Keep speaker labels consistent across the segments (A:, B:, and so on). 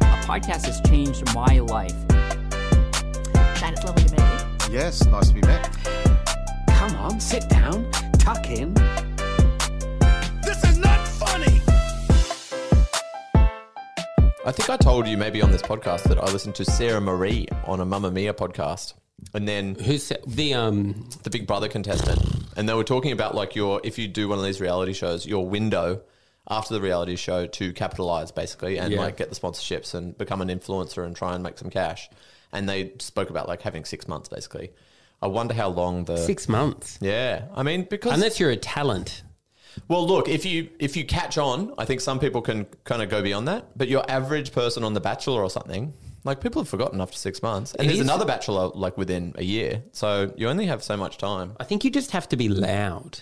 A: podcast has changed my life.
B: Chad, it's lovely to meet you.
C: Yes, nice to be met.
D: Come on, sit down, tuck in.
E: This is not funny.
F: I think I told you maybe on this podcast that I listened to Sarah Marie on a Mamma Mia podcast, and then
G: Who's the um?
F: the Big Brother contestant, and they were talking about like your if you do one of these reality shows, your window after the reality show to capitalize basically and
G: Yeah.
F: like get the sponsorships and become an influencer and try and make some cash. And they spoke about like having six months basically. I wonder how long the
G: Six months.
F: Yeah, I mean because
G: Unless you're a talent.
F: well, look, if you if you catch on, I think some people can kind of go beyond that. But your average person on The Bachelor or something, like people have forgotten after six months, and
G: It
F: there's
G: is-
F: another Bachelor like within a year, so you only have so much time.
G: I think you just have to be loud.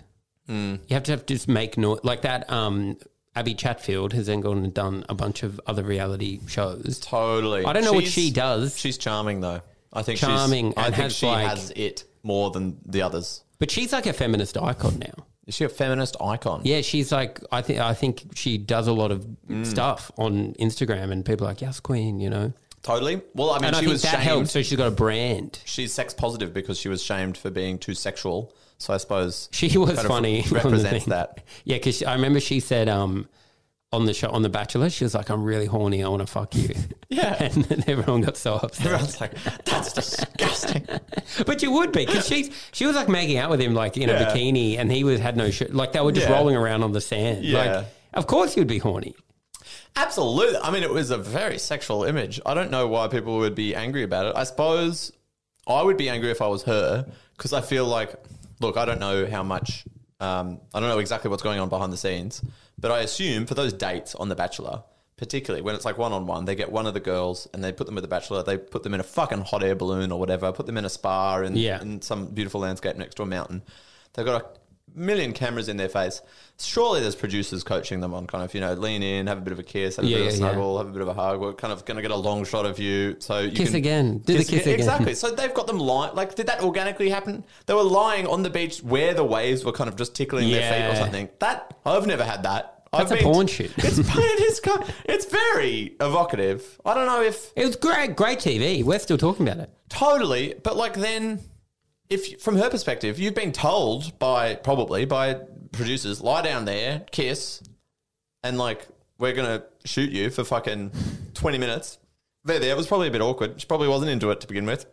F: Hmm.
G: You have to have to just make noise like that. Um, Abby Chatfield has then gone and done a bunch of other reality shows.
F: Totally,
G: I don't know what
F: She's-
G: she does.
F: She's charming though. I think
G: Charming
F: She's, I
G: and
F: think
G: has,
F: she
G: like-
F: has it more than the others.
G: But she's like a feminist icon now.
F: Is she a feminist icon?
G: Yeah, she's like I think I think she does a lot of
F: Hmm.
G: stuff on Instagram, and people are like yes, queen, you know.
F: totally. Well, I mean,
G: And I
F: she
G: think
F: was
G: that
F: shamed.
G: helps. So she's got a brand.
F: She's sex positive because she was shamed for being too sexual. So I suppose
G: She was
F: kind of
G: funny. on the
F: Represents
G: thing.
F: that.
G: Yeah, because I remember she said um, on the show on The Bachelor, she was like, "I'm really horny. I want to fuck you."
F: Yeah.
G: and then everyone got so upset.
F: Everyone's like, that's disgusting.
G: But you would be because she's she was like making out with him like in a
F: Yeah.
G: bikini, and he was had no shirt. Like they were just
F: Yeah.
G: rolling around on the sand.
F: Yeah.
G: Like, of course you'd be horny.
F: Absolutely. I mean, it was a very sexual image. I don't know why people would be angry about it. I suppose I would be angry if I was her because I feel like, look, I don't know how much, um, I don't know exactly what's going on behind the scenes, but I assume for those dates on The Bachelor, particularly when it's like one on one, they get one of the girls and they put them with The Bachelor, they put them in a fucking hot air balloon or whatever, put them in a spa in,
G: Yeah.
F: in some beautiful landscape next to a mountain. They've got a million cameras in their face. Surely there's producers coaching them on kind of, you know, lean in, have a bit of a kiss, have a
G: Yeah,
F: bit of a
G: yeah, yeah.
F: snuggle, have a bit of a hug. We're kind of going to get a long shot of you. So you
G: Kiss
F: can
G: again. Do the kiss again.
F: Exactly. So they've got them lying. Like, did that organically happen? They were lying on the beach where the waves were kind of just tickling their feet or
G: Yeah.
F: something. That, I've never had that.
G: That's
F: I've
G: a porn shoot.
F: It's, it is, kind- it's very evocative. I don't know if
G: It was great, great TV. We're still talking about it.
F: Totally, but like then, if from her perspective, you've been told by probably by producers, lie down there, kiss, and like we're gonna shoot you for fucking twenty minutes. There, there. It was probably a bit awkward. She probably wasn't into it to begin with,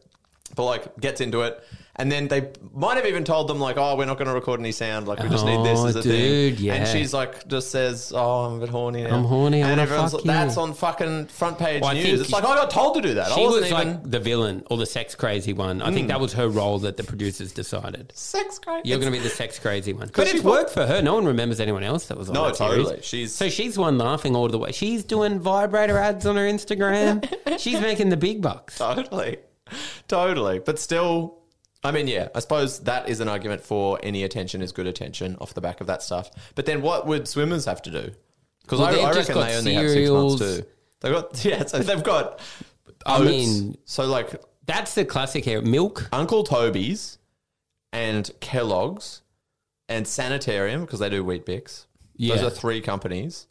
F: but like gets into it, and then they might have even told them like, oh, we're not gonna record any sound. Like we just need this
G: Oh,
F: as a
G: dude,
F: thing.
G: yeah.
F: And she's like, just says, oh, I'm a bit horny. Now.
G: I'm horny, I
F: and
G: wanna
F: everyone's
G: fuck
F: like, that's
G: you.
F: on fucking front page
G: Well, I
F: news.
G: think
F: It's like I got told to do that. I
G: She was
F: wasn't even. Hmm.
G: like the villain or the sex crazy one. I think that was her role that the producers decided.
F: sex crazy.
G: You're going to be the sex crazy one.
F: But
G: But
F: she
G: it's
F: thought-
G: worked for her. No one remembers anyone else that was on
F: No,
G: that
F: totally.
G: series.
F: She's
G: So she's one laughing all the way. She's doing vibrator ads on her Instagram. she's making the big bucks.
F: totally, totally. But still, I mean, yeah. I suppose that is an argument for any attention is good attention off the back of that stuff. But then, what would swimmers have to do? Because
G: Well,
F: I,
G: they've
F: I
G: just
F: reckon
G: got
F: they only have six months
G: cereals.
F: too. They've got yeah. So they've got.
G: I
F: oats.
G: mean-
F: so like
G: That's the classic here. Milk.
F: Uncle Toby's and Kellogg's and Sanitarium because they do Wheat Bix. Those
G: Yeah.
F: are three companies.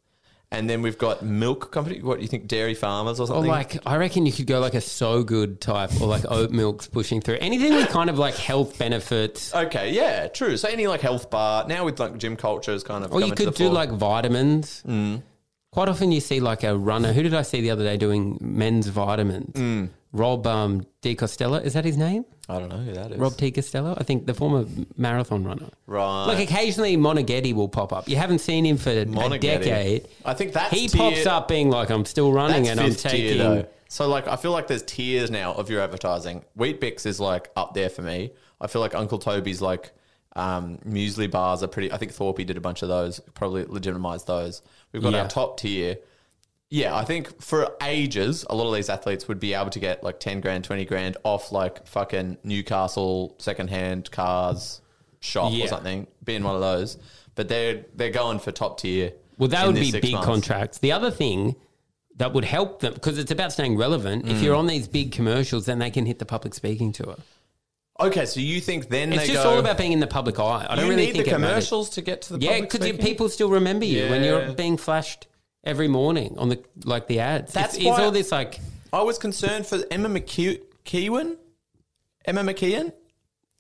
F: And then we've got milk company. What do you think? Dairy Farmers or
G: Or
F: something?
G: like, I reckon you could go like a so good type or like oat milks pushing through. Anything with kind of like health benefits.
F: Okay, yeah, true. So any like health bar now with like gym culture is kind of.
G: Or you
F: coming to
G: could
F: the
G: do
F: fore. Mm.
G: like vitamins. Quite often you see like a runner. Who did I see the other day doing men's vitamins?
F: Mm.
G: Rob um, D. Costello. Is that his name?
F: I don't know who that is.
G: Rob T. Costello, I think the former marathon runner.
F: Right.
G: Like occasionally Monaghetti will pop up. You haven't seen him for a
F: Monaghetti.
G: decade.
F: I think that's
G: he
F: tier-
G: pops up being like, "I'm still running
F: That's
G: and I'm
F: fifth tier,
G: taking."
F: though. So like, I feel like there's tiers now of your advertising. Wheat Bix is like up there for me. I feel like Uncle Toby's like um, muesli bars are pretty. I think Thorpe did a bunch of those. Probably legitimized those. We've got
G: Yeah.
F: our top tier. Yeah, I think for ages, a lot of these athletes would be able to get like ten grand, twenty grand off like fucking Newcastle secondhand cars shop
G: Yeah.
F: or something, being one of those. But they're they're going for top tier.
G: Well,
F: in
G: that would
F: this
G: be
F: six
G: big
F: months.
G: contracts. The other thing that would help them because it's about staying relevant.
F: Mm.
G: If you're on these big commercials, then they can hit the public speaking tour.
F: Okay, so you think then
G: It's
F: they
G: just
F: go,
G: all about being in the public eye. I don't
F: you
G: really
F: need
G: think
F: the
G: it matters.
F: commercials to get to the
G: Yeah,
F: public
G: because
F: speaking?
G: people still remember you when
F: Yeah.
G: you're being flashed every morning on the like the ads.
F: That's
G: it's, it's
F: why-
G: all this like
F: I was concerned for Emma McKeown. Emma McKeon?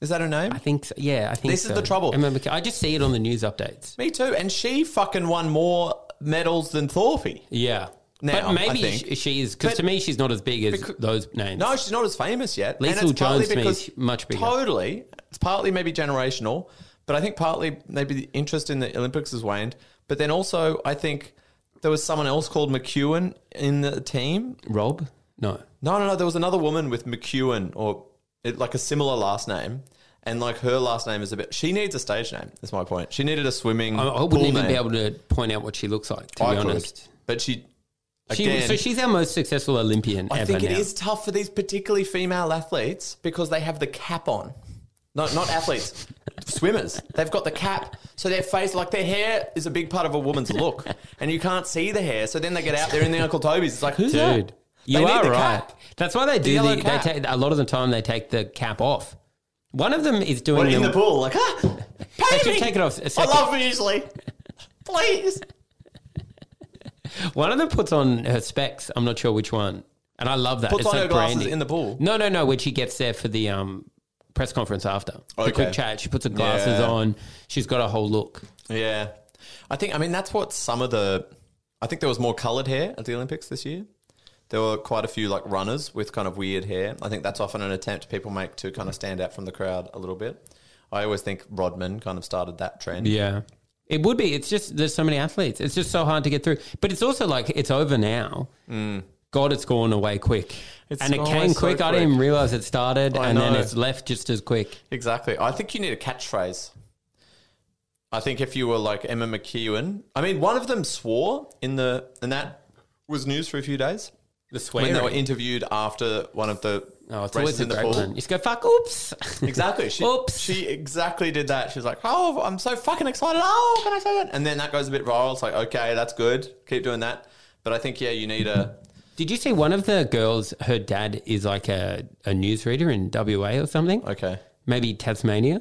F: Is that her name?
G: I think so. yeah, I think
F: This is
G: so.
F: the trouble.
G: Emma McK- I just see it on the news updates.
F: Me too. And she fucking won more medals than Thorpe.
G: Yeah.
F: Now,
G: but
F: I
G: maybe
F: think.
G: sh- she is because
F: But-
G: to me she's not as big as those names.
F: No, she's not as famous yet. And
G: Liesl
F: it's partly
G: Jones to me
F: because-
G: is much bigger.
F: Totally. It's partly maybe generational, but I think partly maybe the interest in the Olympics has waned. But then also, I think there was someone else called McEwen in the team.
G: Rob? No.
F: No, no, no. There was another woman with McEwen or it, like a similar last name. And like her last name is a bit. She needs a stage name. That's my point. She needed a swimming.
G: I, I wouldn't
F: pool
G: even
F: name.
G: be able to point out what she looks like, to
F: I
G: be
F: could,
G: honest.
F: but she.
G: She-
F: Again,
G: so she's our most successful Olympian
F: I
G: ever
F: think it is
G: now.
F: tough for these particularly female athletes because they have the cap on. No, not athletes, swimmers. They've got the cap, so their face, like their hair, is a big part of a woman's look, and you can't see the hair. So then they get out there in the Uncle Toby's. It's like, who's
G: Dude,
F: that?
G: you
F: They need
G: are
F: the
G: right.
F: cap.
G: That's why they do.
F: yellow
G: The, they
F: cap.
G: take a lot of the time. They take the cap off. One of them is doing
F: What, in the
G: them-
F: pool, like, ah,
G: They
F: pay
G: should
F: me.
G: take it off a
F: I
G: second.
F: love muesli. Please.
G: One of them puts on her specs. I'm not sure which one, and I love that.
F: Puts
G: it's
F: on
G: like
F: her glasses
G: branding.
F: in the pool.
G: No, no, no. When she gets there for the um, press conference after the
F: Okay.
G: quick chat, she puts her glasses
F: Yeah.
G: on. She's got a whole look.
F: Yeah, I think. I mean, that's what some of the. I think there was more coloured hair at the Olympics this year. There were quite a few like runners with kind of weird hair. I think that's often an attempt people make to kind of stand out from the crowd a little bit. I always think Rodman kind of started that trend.
G: Yeah. It would be. It's just there's so many athletes. It's just so hard to get through. But it's also like it's over now.
F: Mm.
G: God, it's gone away quick.
F: It's
G: and it
F: gone away
G: came
F: so
G: quick. I
F: quick.
G: didn't even realize it started,
F: I
G: and then
F: know.
G: it's left just as quick.
F: Exactly. I think you need a catchphrase. I think if you were like Emma McKeown, I mean, one of them swore in the, and that was news for a few days
G: The
F: when
G: swearing.
F: they were interviewed after one of the
G: oh, it's
F: races
G: always a
F: in the
G: great
F: pool.
G: one. You just go fuck. Oops.
F: Exactly. She,
G: Oops.
F: She exactly did that. She's like, oh, I'm so fucking excited. Oh, can I say that? And then that goes a bit viral. It's like, okay, that's good. Keep doing that. But I think, yeah, you need a.
G: Did you see one of the girls? Her dad is like a, a newsreader in WA or something.
F: Okay.
G: maybe Tasmania.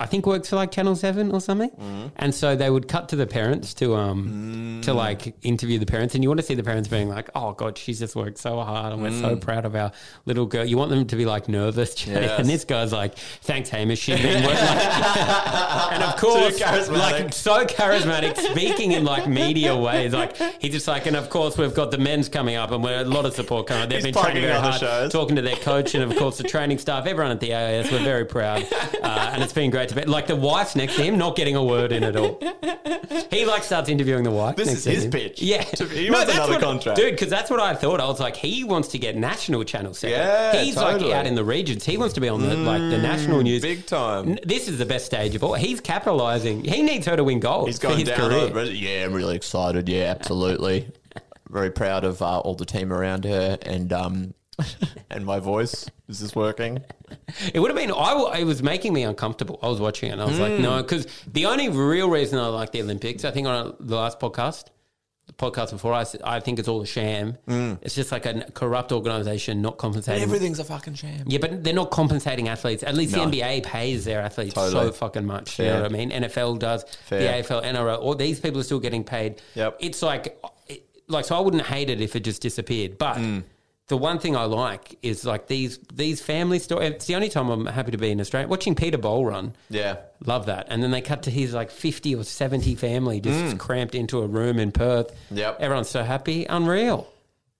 G: I think works for like Channel Seven or something. And so they would cut to the parents to um to like interview the parents, and you want to see the parents being like, "Oh God, she's just worked so hard, and we're so proud of our little girl." You want them to be like nervous, chatty.
F: Yes.
G: and this guy's like, "Thanks, Hamish, she's been working." and of course,
F: Too charismatic.
G: like so charismatic, speaking in like media ways. Like he's just like, and of course, we've got the men's coming up, and we're a lot of support coming. up. They've
F: He's
G: been
F: plugging
G: training very
F: other
G: hard,
F: shows.
G: talking to their coach, and of course, the training staff. Everyone at the AIS, we're very proud, uh, and it's been great to be. Like the wife next to him, not getting a word in at all. He like starts interviewing the wife.
F: This
G: next
F: is
G: to
F: his
G: him.
F: pitch.
G: Yeah,
F: To- he wants
G: that's
F: another
G: what-
F: contract.
G: dude. Because that's what I thought. I was like, he wants to get national channel seven.
F: Yeah,
G: he's
F: totally.
G: like out in the regions. He wants to be on the like the national news.
F: Mm, Big time.
G: N- This is the best stage of all. He's capitalizing. He needs her to win gold.
F: He's
G: for
F: going
G: his
F: down.
G: career.
F: on it. yeah, I'm really excited. Yeah, absolutely. Very proud of uh, all the team around her and um and my voice. Is this working?
G: It would have been. I w- it was making me uncomfortable. I was watching it. and I was
F: Mm.
G: like, no, because the only real reason I like the Olympics, I think, on the last podcast, the podcast before, I, s- I think it's all a sham.
F: Mm.
G: It's just like a n- corrupt organization not compensating.
F: Everything's a fucking sham.
G: Yeah, but they're not compensating athletes. At least
F: No.
G: the NBA pays their athletes
F: Totally.
G: so fucking much. You
F: Fair.
G: know what I mean? NFL does.
F: Fair.
G: The AFL, NRL, all these people are still getting paid.
F: Yep.
G: It's like, it- like so I wouldn't hate it if it just disappeared. But
F: Mm.
G: the one thing I like is like these these family stories. It's the only time I'm happy to be in Australia. Watching Peter Bowl run.
F: Yeah.
G: Love that. And then they cut to his like 50 or 70 family just cramped into a room in Perth.
F: Mm. Yep.
G: Everyone's so happy. Unreal.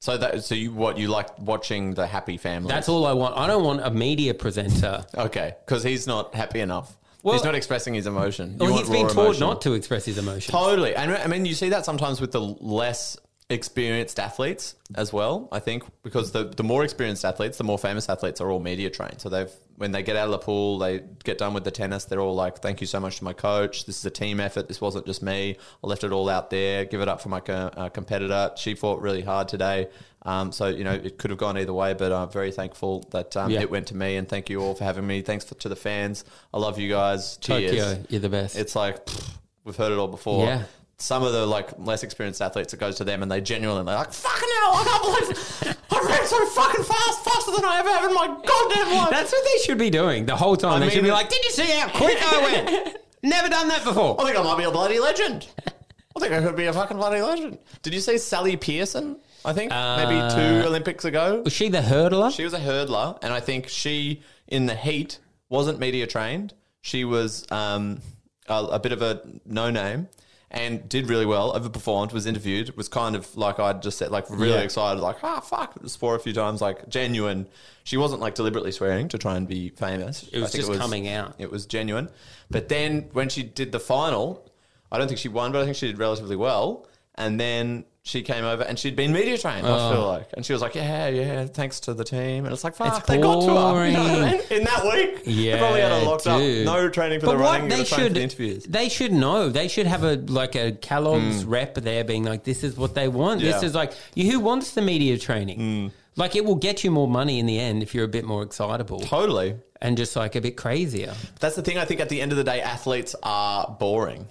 F: So that so you what you like watching the happy family?
G: That's all I want. I don't want a media presenter.
F: okay because he's not happy enough.
G: Well-
F: he's not expressing his emotion. You
G: well,
F: want
G: he's been
F: raw
G: taught
F: emotion.
G: not to express his emotions.
F: Totally. And I mean, you see that sometimes with the less experienced athletes as well, I think, because the, the more experienced athletes, the more famous athletes are all media trained. So they've, when they get out of the pool, they get done with the tennis, they're all like, thank you so much to my coach. This is a team effort. This wasn't just me. I left it all out there. Give it up for my co- uh, competitor. She fought really hard today. Um, so, you know, it could have gone either way, but I'm very thankful that um,
G: Yeah.
F: it went to me. And thank you all for having me. Thanks for, to the fans. I love you guys. Cheers.
G: Tokyo, you're the best.
F: It's like pfft, we've heard it all before.
G: Yeah.
F: Some of the like less experienced athletes, it goes to them, and they genuinely they're like, "Fucking hell, I can't believe I ran so fucking fast, faster than I ever have in my goddamn life."
G: That's what they should be doing the whole time.
F: I
G: they
F: mean,
G: should be
F: it's- Oh,
G: like, "Did you see how quick I went? Never done that before."
F: I think I might be a bloody legend. I think I could be a fucking bloody legend. Did you see Sally Pearson? I think maybe two Olympics ago.
G: Was Uh, she the hurdler?
F: She was a hurdler, and I think she in the heat wasn't media trained. She was um, a, a bit of a no name and did really well. Overperformed, was interviewed, was kind of like I just said, like really
G: Yeah.
F: excited, like ah fuck, swore a few times, like genuine. She wasn't like deliberately swearing to try and be famous.
G: It was
F: I think
G: just coming out.
F: It was genuine. But then when she did the final, I don't think she won, but I think she did relatively well. And then she came over and she'd been media trained,
G: Oh.
F: I feel like. And she was like, Yeah, yeah, thanks to the team. And it's like, fuck, they got to her. You know what I mean?
G: boring.
F: In that week, they
G: Yeah,
F: probably had her locked
G: dude.
F: up. No training for the running, no training for the interviews. Hmm.
G: They should know. They should have a like a Kellogg's rep there, being like, "This is what they want. This
F: Yeah. Hmm.
G: is like you, who wants the media training." Like it will get you more money in the end if you're a bit more excitable
F: Totally.
G: and just like a bit crazier.
F: That's the thing. I think at the end of the day, athletes are boring,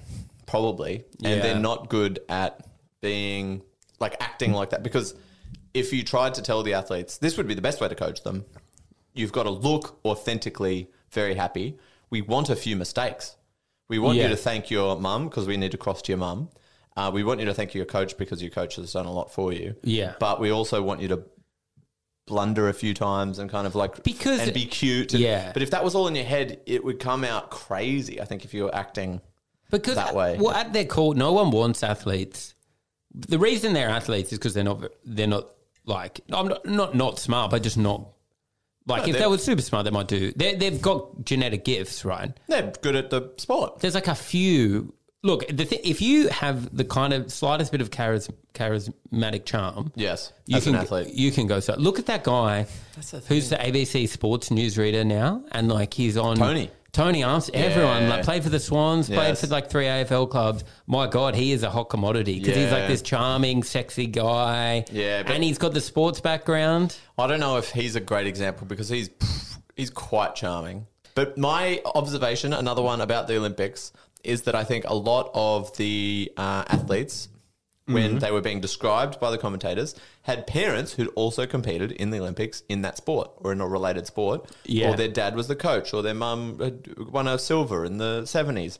F: probably, and
G: Yeah.
F: they're not good at being like acting like that. Because if you tried to tell the athletes, this would be the best way to coach them. You've got to look authentically very happy. We want a few mistakes. We want you
G: Yeah.
F: to thank your mum because we need to cross to your mum. Uh, we want you to thank your coach because your coach has done a lot for you.
G: Yeah.
F: But we also want you to blunder a few times and kind of like
G: Because-
F: and be cute. and-
G: Yeah.
F: But if that was all in your head, it would come out crazy. I think if you were acting,
G: Because
F: that way.
G: well, at their core, no one wants athletes. The reason they're athletes is because they're not they're not like I'm not not, not smart, but just not like if
F: they're-
G: they were super smart, they might do. They, they've got genetic gifts, right?
F: they're good at the sport.
G: there's like a few. Look, the th- if you have the kind of slightest bit of charis- charismatic charm,
F: Yes,
G: you
F: as
G: can
F: an athlete.
G: you can go. So look at that guy, who's the ABC Sports newsreader now, and like he's on
F: Tony.
G: Tony Arms. Everyone
F: Yeah.
G: like played for the Swans, played
F: Yes.
G: for like three AFL clubs. My God, he is a hot commodity because he's
F: Yeah.
G: like this charming, sexy guy.
F: Yeah, but-
G: and he's got the sports background.
F: I don't know if he's a great example because he's he's quite charming. But my observation, another one about the Olympics, is that I think a lot of the uh, athletes, when
G: Mm-hmm.
F: they were being described by the commentators, had parents who'd also competed in the Olympics in that sport or in a related sport,
G: Yeah.
F: or their dad was the coach, or their mum had won a silver in the seventies.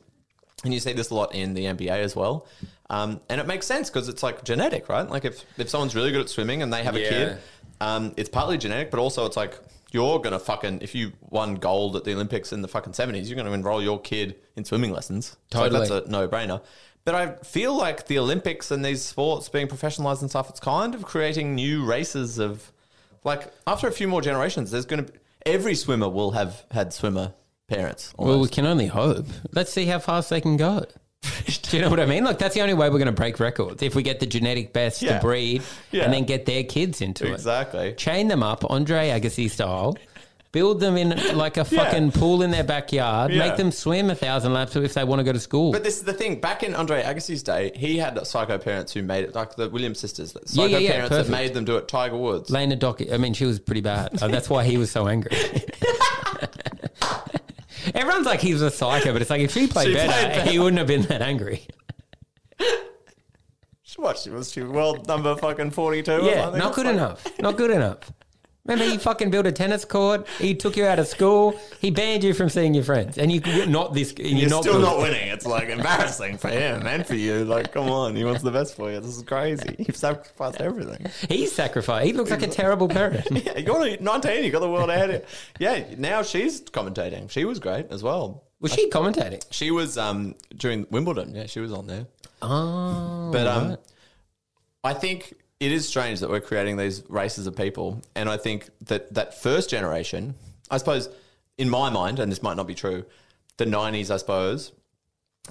F: And you see this a lot in the NBA as well. Um, and it makes sense because it's like genetic, right? Like if, if someone's really good at swimming and they have a
G: Yeah.
F: kid, um, it's partly genetic, but also it's like you're going to fucking, if you won gold at the Olympics in the fucking 70s, you're going to enroll your kid in swimming lessons. So
G: Totally.
F: that's a no brainer. But I feel like the Olympics and these sports being professionalized and stuff, it's kind of creating new races of like after a few more generations, there's going to be every swimmer will have had swimmer parents.
G: Well, we
F: almost.
G: can only hope. Let's see how fast they can go. Do you know what I mean? Like that's the only way we're going to break records if we get the genetic best
F: Yeah.
G: to breed
F: Yeah.
G: and then get their kids into
F: exactly.
G: it. Chain them up, Andre Agassi style. Build them in like a fucking pool in their backyard.
F: Yeah.
G: Make them swim a thousand laps if they want to go to school.
F: But this is the thing. Back in Andre Agassi's day, he had psycho parents who made it, like the Williams sisters. Psycho
G: Yeah, yeah, yeah,
F: parents that
G: perfect.
F: made them do it. Tiger Woods.
G: Lena Doc, I mean, she was pretty bad. Oh, that's why he was so angry. Everyone's like, he was a psycho, but it's like if she played
F: She
G: better,
F: played better.
G: he wouldn't have been that angry.
F: What she was, she world number fucking forty-two.
G: Yeah, Oh, not good enough. Not good enough. Remember, he fucking built a tennis court. He took you out of school. He banned you from seeing your friends, and you, you're not this. and You're,
F: You're
G: not
F: still
G: good.
F: not winning. It's like embarrassing for him and for you. Like, come on, he wants the best for you. This is crazy. You've sacrificed everything.
G: He's sacrificed. He looks like a terrible parent.
F: Yeah, you're only nineteen. You got the world ahead. of you. Yeah, now she's commentating. She was great as well.
G: Was she commentating?
F: She was um during Wimbledon. Yeah, she was on there.
G: Oh,
F: But um, I think it is strange that we're creating these races of people, and I think that that first generation, I suppose, in my mind, and this might not be true, the '90s, I suppose,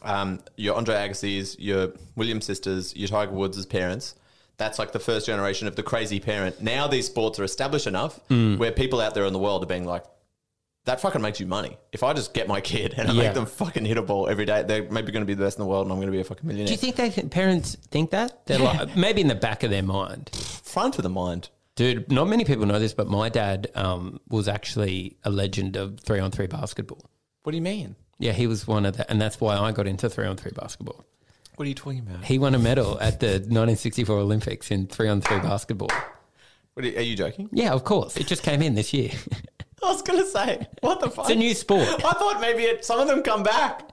F: um, your Andre Agassi's, your Williams sisters, your Tiger Woods' parents. That's like the first generation of the crazy parent. Now these sports are established enough
G: Mm.
F: where people out there in the world are being like, that fucking makes you money. If I just get my kid and I
G: Yeah.
F: make them fucking hit a ball every day, they're maybe going to be the best in the world and I'm going to be a fucking millionaire.
G: do you think they think parents think that? They're like maybe in the back of their mind,
F: front of the mind.
G: dude. Not many people know this, but my dad um, was actually a legend of three on three basketball.
F: What do you mean?
G: Yeah, he was one of the, and that's why I got into three on three basketball.
F: What are you talking about?
G: He won a medal at the 1964 Olympics in three on three basketball.
F: What are, you, are you joking?
G: Yeah, of course. It just came in this year.
F: I was going to say, what the fuck?
G: It's a new sport.
F: I thought maybe it, some of them come back.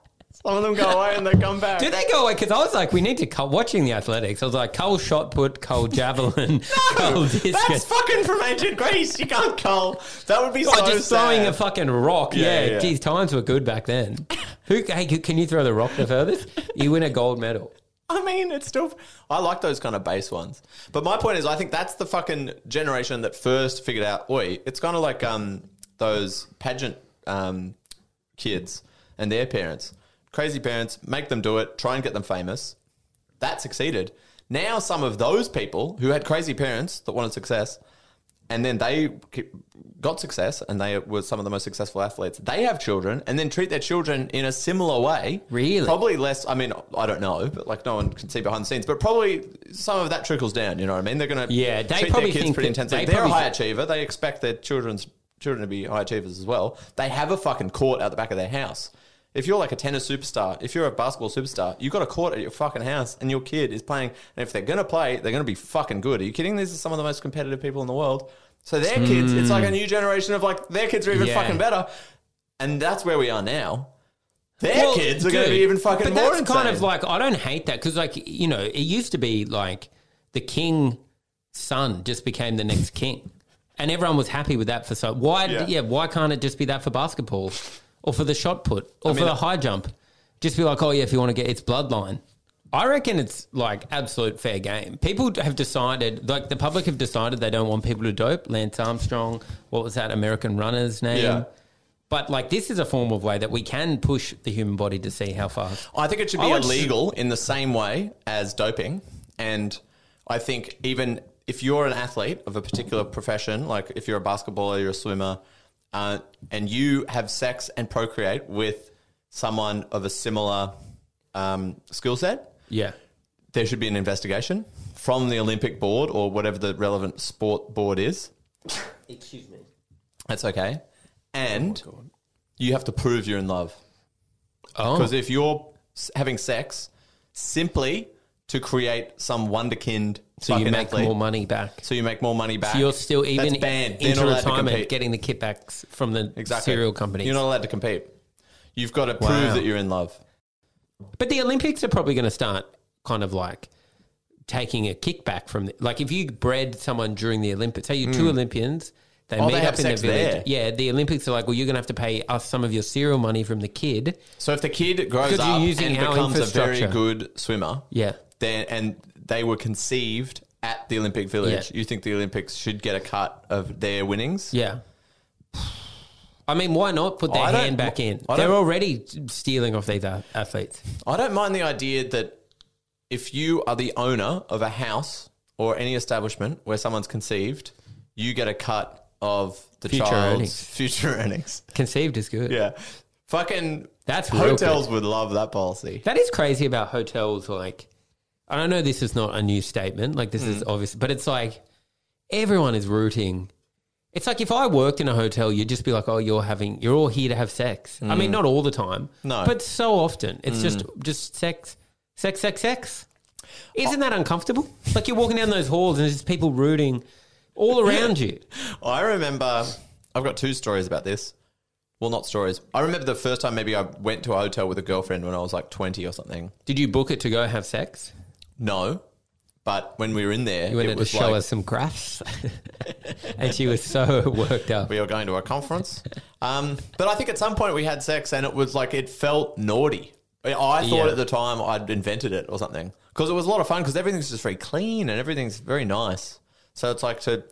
F: Some of them go away and they come back.
G: Do they go away? Because I was like, we need to cut watching the athletics. I was like, Cole shot put, Cole javelin, Cole discus.
F: That's fucking from ancient Greece. You can't cull. That would be
G: Oh,
F: so
G: just
F: sad.
G: throwing a fucking rock.
F: Yeah,
G: Yeah,
F: yeah, yeah.
G: geez, times were good back then. Who? Hey, c- can you throw the rock the furthest? You win a gold medal.
F: I mean, it's still. I like those kind of base ones. But my point is, I think that's the fucking generation that first figured out. Oi, it's kind of like um those pageant um kids and their parents, crazy parents, make them do it, try and get them famous. That succeeded. Now some of those people who had crazy parents that wanted success, and then they ki- got success, and they were some of the most successful athletes. They have children, and then treat their children in a similar way.
G: Really?
F: Probably less. I mean, I don't know, but like no one can see behind the scenes. But probably some of that trickles down. You know what I mean? They're gonna
G: Yeah, they
F: treat
G: probably
F: their kids
G: think
F: pretty
G: that-
F: intensely. They
G: they
F: are a
G: probably
F: high
G: think-
F: achiever. They expect their children's children to be high achievers as well. They have a fucking court out the back of their house. If you're like a tennis superstar, if you're a basketball superstar, you've got a court at your fucking house and your kid is playing. And if they're going to play, they're going to be fucking good. Are you kidding? These are some of the most competitive people in the world. So their kids, it's like a new generation of like, their kids are even
G: Hmm. Yeah.
F: fucking better. And that's where we are now. Their
G: Well,
F: kids are going to
G: dude,
F: be even fucking
G: But
F: more
G: that's kind
F: insane.
G: of like I don't hate that because like you know it used to be like the king son just became the next king, and everyone was happy with that for so why
F: Yeah.
G: yeah, why can't it just be that for basketball or for the shot put or
F: mean,
G: for the high jump? Just be like oh yeah if you want to get it's bloodline. I reckon it's like absolute fair game. People have decided, like the public have decided they don't want people to dope. Lance Armstrong, what was that American runner's name?
F: Yeah.
G: But like this is a form of way that we can push the human body to see how fast.
F: I think it should
G: I
F: be
G: would-
F: illegal in the same way as doping. And I think even if you're an athlete of a particular profession, like if you're a basketballer, you're a swimmer, uh, and you have sex and procreate with someone of a similar um, skill set,
G: Yeah.
F: there should be an investigation from the Olympic board or whatever the relevant sport board is.
G: Excuse me.
F: That's
G: Oh
F: okay. And you have to prove you're in love.
G: Oh,
F: Because if you're s- having sex simply to create some wonderkind,
G: so you
F: fucking
G: make
F: athlete,
G: more money back.
F: so you make more money back.
G: So you're still even
F: that's banned. They're
G: into
F: not allowed to
G: retirement
F: compete.
G: getting the kickbacks from the
F: exactly.
G: cereal companies.
F: You're not allowed to compete. You've got to prove
G: Wow.
F: that you're in love.
G: but the Olympics are probably going to start kind of like taking a kickback from the, like if you bred someone during the Olympics, say you two Olympians, they
F: Hmm. Oh,
G: meet
F: they
G: up
F: have
G: in the
F: sex
G: village.
F: there.
G: Yeah, the Olympics are like, well, you're going to have to pay us some of your cereal money from the kid.
F: So if the kid grows
G: Because you're
F: up
G: using
F: and
G: our
F: becomes a very
G: infrastructure.
F: good swimmer,
G: Yeah.
F: then and they were conceived at the Olympic Village,
G: Yeah.
F: you think the Olympics should get a cut of their winnings?
G: Yeah. I mean, why not put their
F: I don't-
G: hand back in?
F: I don't-
G: They're already stealing off these a- athletes.
F: I don't mind the idea that if you are the owner of a house or any establishment where someone's conceived, you get a cut of the
G: Future
F: child's
G: earnings.
F: future earnings.
G: Conceived is good.
F: Yeah. Fucking
G: That's real
F: hotels would love that policy.
G: That is crazy about hotels. Like, and I know this is not a new statement. Like, this is obvious, but it's like everyone is rooting. It's like if I worked in a hotel, you'd just be like, "Oh, you're having, you're all here to have sex." I mean, not all the time,
F: No.
G: but so often. It's just, just sex, sex, sex, sex. Isn't that uncomfortable? Like you're walking down those halls and there's just people rooting all around you.
F: I remember I've got two stories about this. Well, not stories. I remember the first time maybe I went to a hotel with a girlfriend when I was like 20 or something.
G: Did you book it to go have sex?
F: No. But when we were in there,
G: You
F: it
G: wanted to
F: was
G: show
F: like,
G: us some graphs, and she was so worked up.
F: we were going to a conference. Um, but I think at some point we had sex and it was like it felt naughty. I I thought
G: Yeah.
F: at the time I'd invented it or something because it was a lot of fun because everything's just very clean and everything's very nice. So it's like to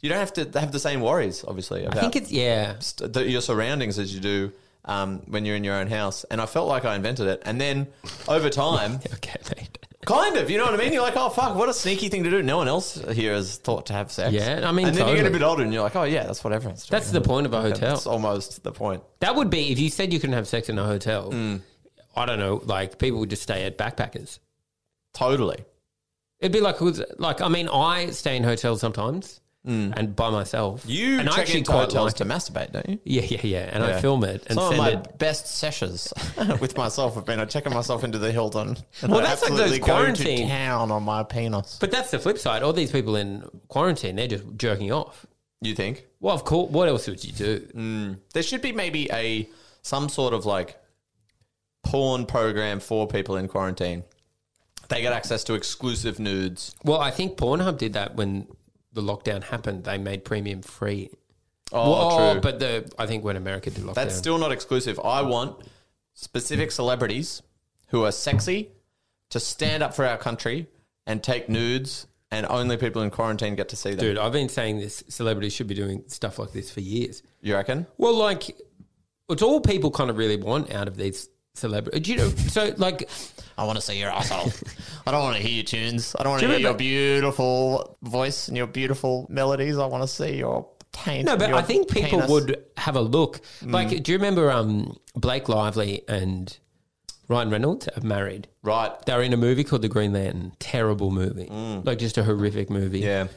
F: you don't have to have the same worries, obviously. About
G: I think it's yeah.
F: st- the, your surroundings as you do um, when you're in your own house. And I felt like I invented it. And then over time,
G: Okay, mate.
F: Kind of, you know what I mean? You're like, oh fuck, what a sneaky thing to do. No one else here has thought to have sex.
G: Yeah, I mean,
F: and then you get a
G: totally.
F: bit older, and you're like, oh yeah, that's what everyone's doing.
G: That's the point of a
F: Okay,
G: hotel.
F: That's almost the point.
G: That would be if you said you couldn't have sex in a hotel.
F: Mm.
G: I don't know, like people would just stay at backpackers.
F: Totally.
G: It'd be like, who's- like I mean, I stay in hotels sometimes and by myself.
F: Mm. You
G: and I
F: check
G: actually
F: into
G: quite
F: hotels
G: like
F: to
G: it.
F: masturbate, don't you?
G: Yeah, yeah, yeah. And
F: Yeah.
G: I film it and
F: Some of
G: send
F: my
G: it.
F: best sessions with myself have been I checking myself into the Hilton. And
G: Well,
F: I
G: that's like those
F: absolutely go to
G: quarantine-
F: town on my penis.
G: But that's the flip side. All these people in quarantine, they're just jerking off.
F: You think
G: Well, of
F: Mm.
G: course. What else would you do?
F: there should be maybe a some sort of like porn program for people in quarantine. They get access to exclusive nudes.
G: Well, I think Pornhub did that when the lockdown happened. They made premium free.
F: Oh,
G: Well,
F: true.
G: But the I think when America did lockdown,
F: That's still not exclusive. I want specific celebrities who are sexy to stand up for our country and take nudes, and only people in quarantine get to see them.
G: dude. I've been saying this. Celebrities should be doing stuff like this for years.
F: You reckon?
G: Well, like it's all people kind of really want out of these celebrities. You know, so like
F: I want to see your asshole. I don't want to hear your tunes. I don't want to
G: Do you
F: hear your
G: remember-
F: beautiful voice and your beautiful melodies. I want to see your taint.
G: no, but
F: your
G: I think people
F: penis. Mm.
G: would have a look. Like, do you remember um, Blake Lively and Ryan Reynolds are married?
F: Right. Mm.
G: They were in a movie called The Green Lantern. Terrible movie, like just a horrific movie.
F: Yeah.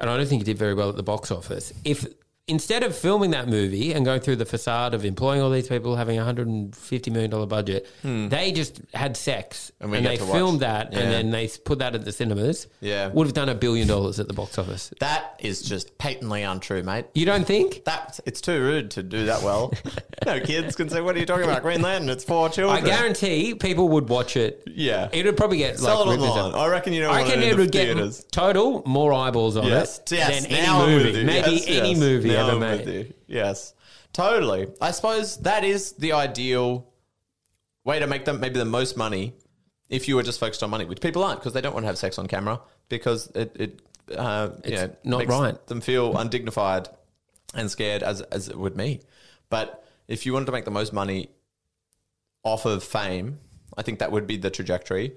G: and I don't think he did very well at the box office. If instead of filming that movie and going through the facade of employing all these people, having a hundred and fifty million dollar budget, they just had sex
F: Hmm. And
G: and,
F: we get
G: they
F: to watch.
G: filmed that
F: Yeah.
G: and then they s- put that at the cinemas.
F: Yeah.
G: would have done a billion dollars at the box office.
F: That is just patently untrue, mate.
G: You don't think?
F: That it's too rude to do that well. no kids can say, "What are you talking about?" Green Lantern. It's for children.
G: I guarantee people would watch it.
F: Yeah.
G: it would probably get
F: Sell
G: like
F: it
G: rippers
F: online.
G: up.
F: I reckon you know.
G: I
F: I
G: reckon
F: can
G: it
F: never
G: would get
F: get
G: total more eyeballs on
F: Yes,
G: it
F: yes.
G: than any
F: now I'm with
G: movie,
F: you.
G: maybe
F: Yes,
G: any
F: yes.
G: movie
F: Now
G: ever
F: I'm with
G: made.
F: you. Yes, totally. I suppose that is the ideal way to make them maybe the most money if you were just focused on money, which people aren't because they don't want to have sex on camera because it it uh, you
G: It's
F: know,
G: not
F: makes
G: right.
F: them feel undignified and scared as as it would me. But if you wanted to make the most money off of fame, I think that would be the trajectory.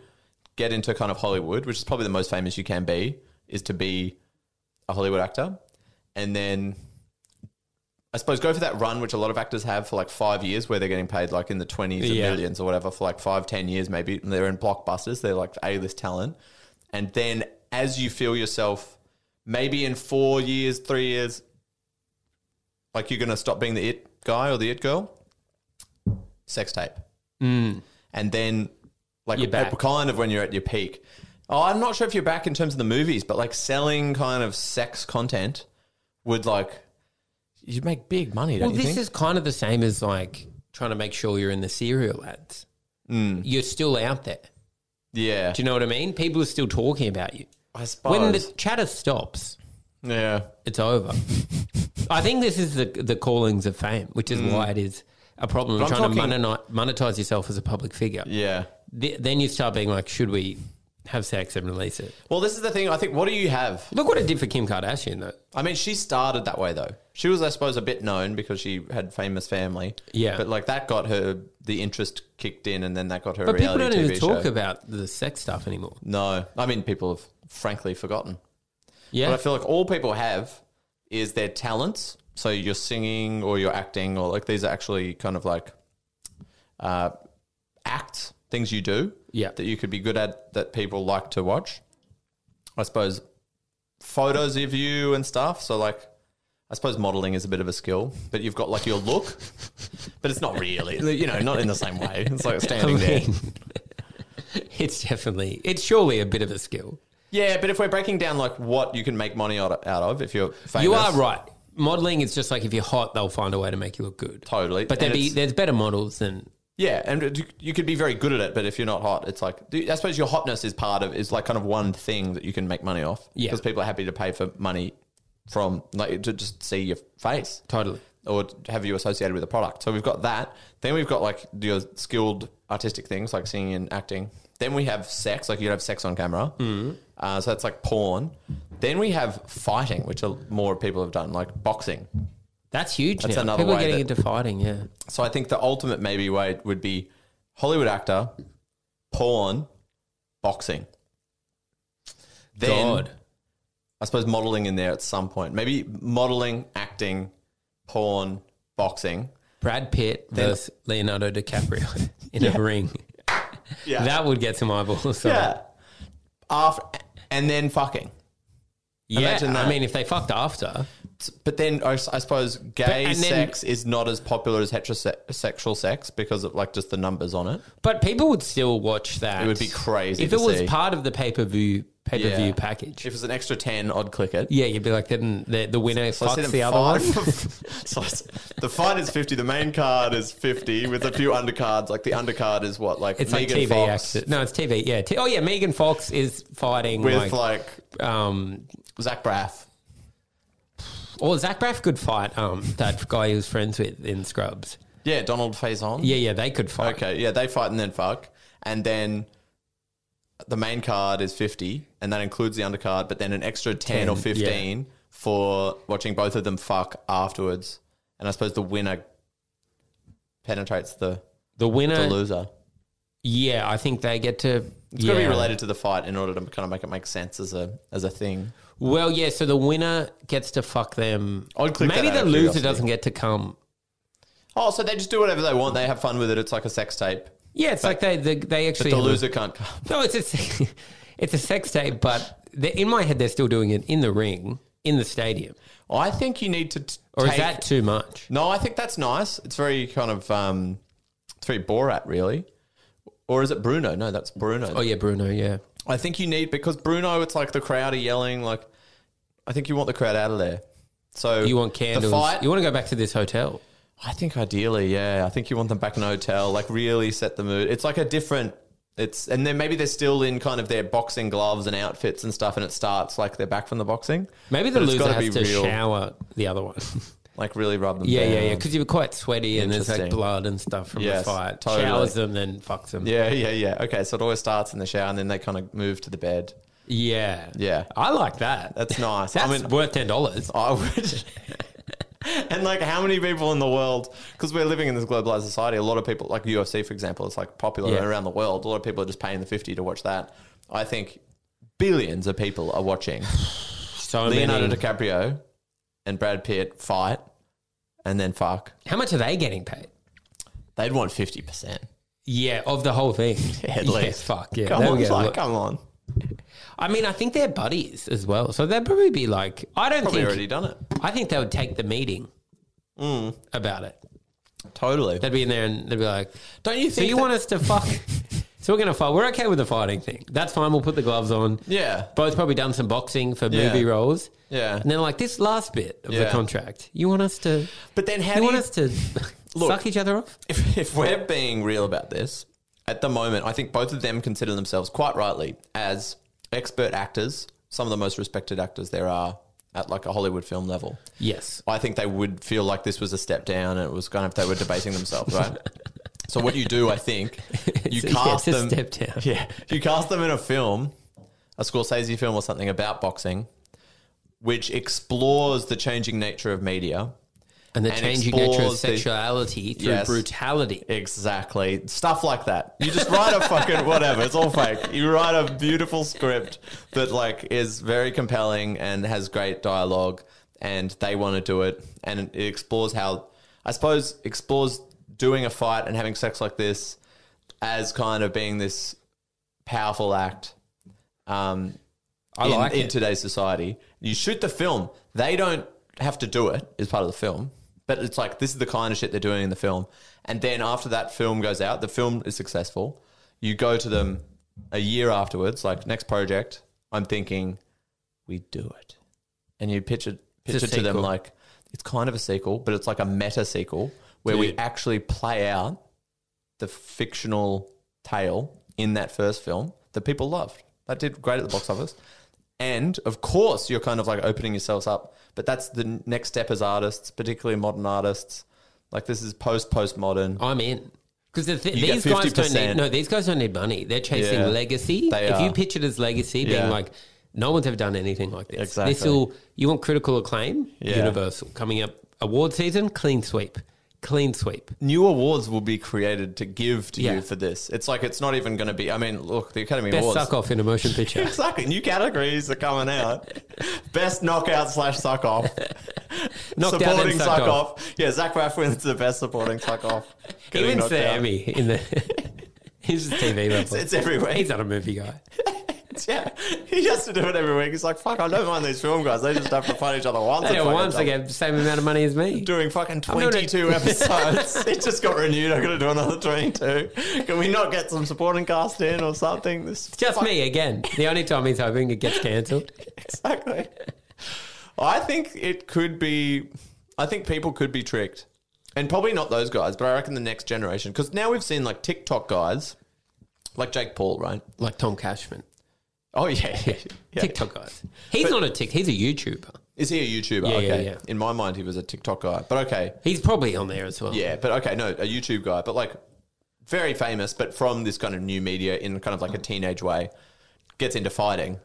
F: Get into kind of Hollywood, which is probably the most famous you can be, is to be a Hollywood actor. And then I suppose go for that run, which a lot of actors have for like five years, where they're getting paid like in the 20s of
G: Yeah.
F: millions or whatever for like five, ten years maybe. And they're in blockbusters, they're like A list talent. And then as you feel yourself, maybe in four years, three years, like you're going to stop being the it guy or the it girl, sex tape. And then, like,
G: Mm. You're back.
F: kind of when you're at your peak. Oh, I'm not sure if you're back in terms of the movies, but like selling kind of sex content would like, you'd make big money, don't you
G: Well, this
F: think?
G: is kind of the same as like trying to make sure you're in the serial ads.
F: Mm.
G: You're still out there.
F: yeah.
G: Do you know what I mean? People are still talking about you.
F: I suppose.
G: When the chatter stops,
F: yeah.
G: it's over. I think this is the the callings of fame, which is why it is a problem.
F: Mm. But I'm
G: trying
F: talking-
G: to monetize, monetize yourself as a public figure.
F: Yeah.
G: Th- then you start being like, should we have sex and release it?
F: Well, this is the thing. I think, what do you have?
G: Look what it did for Kim Kardashian, though.
F: I mean, she started that way though. She was, I suppose, a bit known because she had famous family.
G: Yeah.
F: but like that got her the interest kicked in, and then that got her.
G: But people
F: reality
G: don't
F: TV
G: even talk
F: show.
G: about the sex stuff anymore.
F: No, I mean, people have frankly forgotten.
G: Yeah,
F: But I feel like all people have is their talents. So you're singing or you're acting, or like these are actually kind of like uh, acts, things you do
G: Yeah.
F: that you could be good at that people like to watch. I suppose photos of you and stuff. So, like, I suppose modeling is a bit of a skill, but you've got like your look, but it's not really, you know, not in the same way. It's like standing there.
G: it's definitely it's surely a bit of a skill.
F: Yeah, but if we're breaking down like what you can make money out of, out of if you're famous.
G: You are right. Modeling is just like if you're hot, they'll find a way to make you look good.
F: Totally.
G: But there'd
F: And
G: be
F: it's-
G: there's better models than
F: Yeah, and it- you could be very good at it, but if you're not hot, it's like I suppose your hotness is part of is like kind of one thing that you can make money off.
G: Yeah.
F: because people are happy to pay for money from like to just see your face
G: totally.
F: or to have you associated with a product. So we've got that. Then we've got like your skilled artistic things like singing and acting. Then we have sex, like you can have sex on camera. Uh, so that's like porn. Then we have fighting, which a- more people have done, like boxing.
G: That's huge.
F: That's
G: now.
F: another
G: People
F: way
G: are getting
F: that-
G: into fighting. Yeah.
F: So I think the ultimate maybe way would be Hollywood actor, porn, boxing. Then
G: God.
F: I suppose modeling in there at some point. Maybe modeling, acting, porn, boxing.
G: Brad Pitt versus Leonardo DiCaprio in a ring.
F: Yeah.
G: That would get some eyeballs. on it.
F: yeah. After, and then fucking.
G: Yeah.
F: Imagine that.
G: I mean, if they fucked after,
F: But then I, s- I suppose gay
G: and then-
F: sex is not as popular as heterosexual sex because of like just the numbers on it.
G: But people would still watch that.
F: It would be crazy
G: if
F: to
G: it was
F: see.
G: part of the pay per view pay per view
F: Yeah.
G: package.
F: If it's an extra 10, I'd click it.
G: yeah, you'd be like, then the, the winner
F: So I see
G: fucks
F: them
G: the other
F: fight
G: one.
F: for- so I s- the fight is 50. The main card is 50 with a few undercards. Like the undercard is what? Like
G: It's
F: Megan
G: like TV
F: Fox
G: actors. No, it's TV. Yeah. T- oh yeah, Megan Fox is fighting
F: with like,
G: like, um,
F: Zach Braff.
G: or Zach Braff could fight um that guy he was friends with in Scrubs.
F: Yeah, Donald Faison.
G: Yeah, yeah, they could fight.
F: Okay, yeah, they fight and then fuck. And then the main card is 50, and that includes the undercard, but then an extra 10, or
G: 10, yeah.
F: 15 for watching both of them fuck afterwards. And I suppose the winner penetrates the,
G: The winner.
F: the loser.
G: Yeah, I think they get to.
F: It's got to be related to the fight in order to kind of make it make sense as a as a thing.
G: Well, yeah. So the winner gets to fuck them.
F: I'd click
G: Maybe
F: that out
G: the
F: of
G: loser
F: curiosity.
G: doesn't get to come.
F: Oh, so they just do whatever they want. They have fun with it. It's like a sex tape.
G: Yeah, it's like they they, they actually
F: The
G: have a-
F: loser can't come.
G: No, it's a se- it's a sex tape, but they in my head they're still doing it in the ring in the stadium.
F: I think you need to. T-
G: Or is
F: take-
G: that too much?
F: No, I think that's nice. It's very kind of um, it's very Borat, really. Or is it Bruno? No, that's Bruno.
G: Oh yeah, Bruno. Yeah,
F: I think you need because Bruno, it's like the crowd are yelling. Like, I think you want the crowd out of there. So
G: you want candles.
F: The fight,
G: You want to go back to this hotel.
F: I think ideally, yeah. I think you want them back in a hotel, like really set the mood. It's like a different. It's and then maybe they're still in kind of their boxing gloves and outfits and stuff, and it starts like they're back from the boxing.
G: Maybe the
F: But it's
G: loser
F: gotta
G: has
F: be
G: to
F: real.
G: shower the other one.
F: Like really rub them.
G: yeah, yeah,
F: down.
G: yeah. Because you were quite sweaty and there's like
F: Interesting.
G: blood and stuff from
F: Yes,
G: the fight.
F: totally.
G: Showers them, then fucks them.
F: yeah, yeah, yeah. Okay, so it always starts in the shower, and then they kind of move to the bed.
G: yeah,
F: Yeah.
G: I like that.
F: That's nice.
G: That's
F: I mean,
G: worth ten dollars.
F: I would. and like, how many people in the world? Because we're living in this globalized society. A lot of people, like UFC, for example, it's like popular
G: Yeah.
F: around the world. A lot of people are just paying the fifty to watch that. I think billions of people are watching
G: So
F: Leonardo
G: many.
F: DiCaprio and Brad Pitt fight, and then fuck.
G: How much are they getting paid?
F: They'd want fifty percent.
G: Yeah, of the whole thing.
F: At
G: yeah,
F: least.
G: fuck yeah.
F: Come
G: they'll
F: on,
G: get a
F: like,
G: lot.
F: come on.
G: I mean, I think they're buddies as well, so they'd probably be like, I don't
F: Probably
G: think.
F: already Mm. done it.
G: I think they would take the meeting about it.
F: Totally.
G: They'd be in there and they'd be like,
F: Don't you
G: "So
F: think?
G: you
F: that-
G: want us to fuck? so we're gonna fight. We're okay with the fighting thing. That's fine. We'll put the gloves on.
F: Yeah.
G: Both probably done some boxing for
F: Yeah.
G: movie roles.
F: Yeah.
G: And then like this last bit of the
F: Yeah.
G: contract, you want us to?
F: But then how
G: you
F: do
G: want
F: you-
G: us to
F: Look.
G: suck each other off?
F: if, if we're being real about this, at the moment, I think both of them consider themselves quite rightly as expert actors, some of the most respected actors there are at like a Hollywood film level.
G: Yes.
F: I think they would feel like this was a step down and it was kind of they were debating themselves, right? so what you do, I think, you
G: It's a-
F: cast
G: it's a
F: them
G: step down.
F: Yeah, you cast them in a film, a Scorsese film or something about boxing, which explores the changing nature of media.
G: And the
F: And
G: changing nature of
F: explores the-
G: sexuality through
F: Yes.
G: brutality.
F: Exactly. Stuff like that. You just write a fucking whatever. It's all fake. You write a beautiful script that like is very compelling and has great dialogue and they want to do it and it explores how I suppose explores doing a fight and having sex like this as kind of being this powerful act. Um
G: I
F: in,
G: like
F: in
G: it.
F: today's society. You shoot the film. They don't have to do it as part of the film, but it's like this is the kind of shit they're doing in the film. And then after that film goes out, the film is successful. You go to them a year afterwards, like next project. I'm thinking, we do it, and you pitch it
G: It's a
F: pitch it to them
G: sequel.
F: like it's kind of a sequel, but it's like a meta sequel where we
G: Dude.
F: actually play out the fictional tale in that first film that people loved. That did great at the box office. And of course, you're kind of like opening yourselves up, but that's the next step as artists, particularly modern artists. Like this is post postmodern.
G: I'm in. Because the th-
F: You get
G: these guys don't
F: 50%.
G: need no. These guys don't need money. They're chasing
F: Yeah.
G: legacy.
F: They
G: if you
F: are.
G: pitch it as legacy, being
F: Yeah.
G: like, no one's ever done anything like this.
F: Exactly.
G: This will you want critical acclaim?
F: Yeah.
G: Universal coming up award season. Clean sweep. Clean sweep.
F: New awards will be created to give to
G: Yeah.
F: you for this. It's like it's not even going to be. I mean, look, the Academy
G: Best
F: Awards.
G: suck off in a motion picture.
F: Exactly. New categories are coming out. best knockout slash suck off.
G: Knocked out
F: supporting
G: and suck off.
F: Yeah, Zach Braff wins the best supporting suck off.
G: He
F: Getting
G: wins
F: knocked
G: the
F: out.
G: Emmy in the. He's just TV level.
F: It's, it's everywhere.
G: He's not a movie guy.
F: yeah, he has to do it every week. He's like, fuck, I don't mind these film guys. They just have to fight each other once. and
G: They do it
F: fuck
G: once,
F: each
G: they
F: other."
G: get the same amount of money as me.
F: Doing fucking
G: doing it.
F: 22 episodes. it just got renewed. I'm going to do another 22. Can we not get some supporting cast in or something? This
G: Just me again. The only time he's hoping it gets cancelled.
F: exactly. I think it could be. I think people could be tricked, and probably not those guys, but I reckon the next generation. Because now we've seen like TikTok guys, like Jake Paul, right?
G: Like Tom Cashman.
F: Oh yeah, yeah.
G: TikTok guys. He's not a tick. He's a YouTuber.
F: Is he a YouTuber?
G: Yeah, yeah,
F: okay.
G: yeah.
F: In my mind, he was a TikTok guy, but okay,
G: He's probably on there as well.
F: yeah, but okay, no, a YouTube guy, but like very famous, but from this kind of new media in kind of like a teenage way, gets into fighting.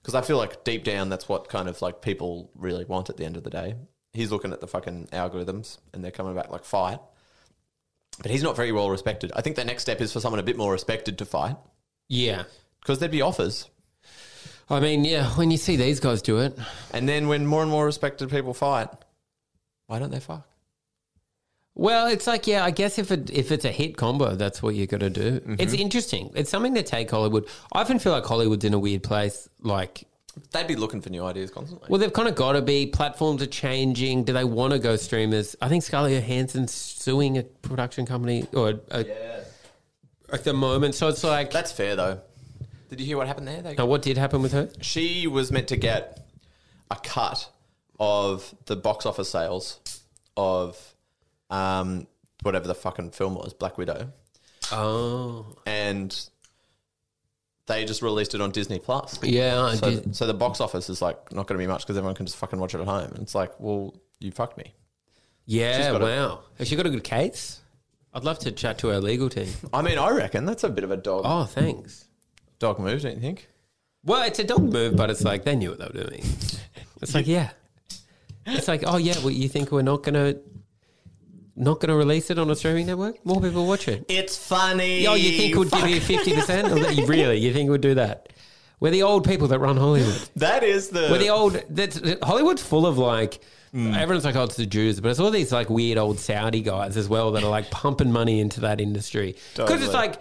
F: Because I feel like deep down, that's what kind of like people really want at the end of the day. He's looking at the fucking algorithms and they're coming back like fight. But he's not very well respected. I think the next step is for someone a bit more respected to fight
G: Yeah.
F: because there'd be offers.
G: I mean, yeah, when you see these guys do it,
F: And then when more and more respected people fight, why don't they fuck?
G: Well, it's like yeah, I guess if it if it's a hit combo, that's what you got to do.
F: Mm-hmm.
G: It's interesting. It's something to take Hollywood. I often feel like Hollywood's in a weird place. Like,
F: They'd be looking for new ideas constantly.
G: well, they've kind of got to be. Platforms are changing. Do they want to go streamers? I think Scarlett Johansson's suing a production company or a, at the moment. So it's like,
F: That's fair though. Did you hear what happened there? They
G: now what did happen with her?
F: she was meant to get a cut of the box office sales of um, whatever the fucking film was, Black Widow,
G: Oh,
F: and they just released it on Disney Plus.
G: yeah, I
F: So,
G: did.
F: so the box office is like not going to be much because everyone can just fucking watch it at home. And it's like, well, you fucked me.
G: yeah.
F: got a-
G: Wow, has she got a good case? I'd love to chat to our legal team.
F: I mean, I reckon that's a bit of a dog
G: Oh, thanks.
F: dog move, don't you think?
G: Well, it's a dog move, but it's like they knew what they were doing. It's like, yeah. It's like, oh yeah, well, you think we're not gonna not gonna release it on a streaming network? More people watch it.
F: It's funny.
G: Oh, you think we'd give you fifty percent? Really? You think we'd do that? We're the old people that run Hollywood.
F: that is the
G: We're the old. That's Hollywood's full of like. Everyone's like, oh, it's the Jews, but it's all these like weird old Saudi guys as well that are like pumping money into that industry because
F: Totally.
G: it's like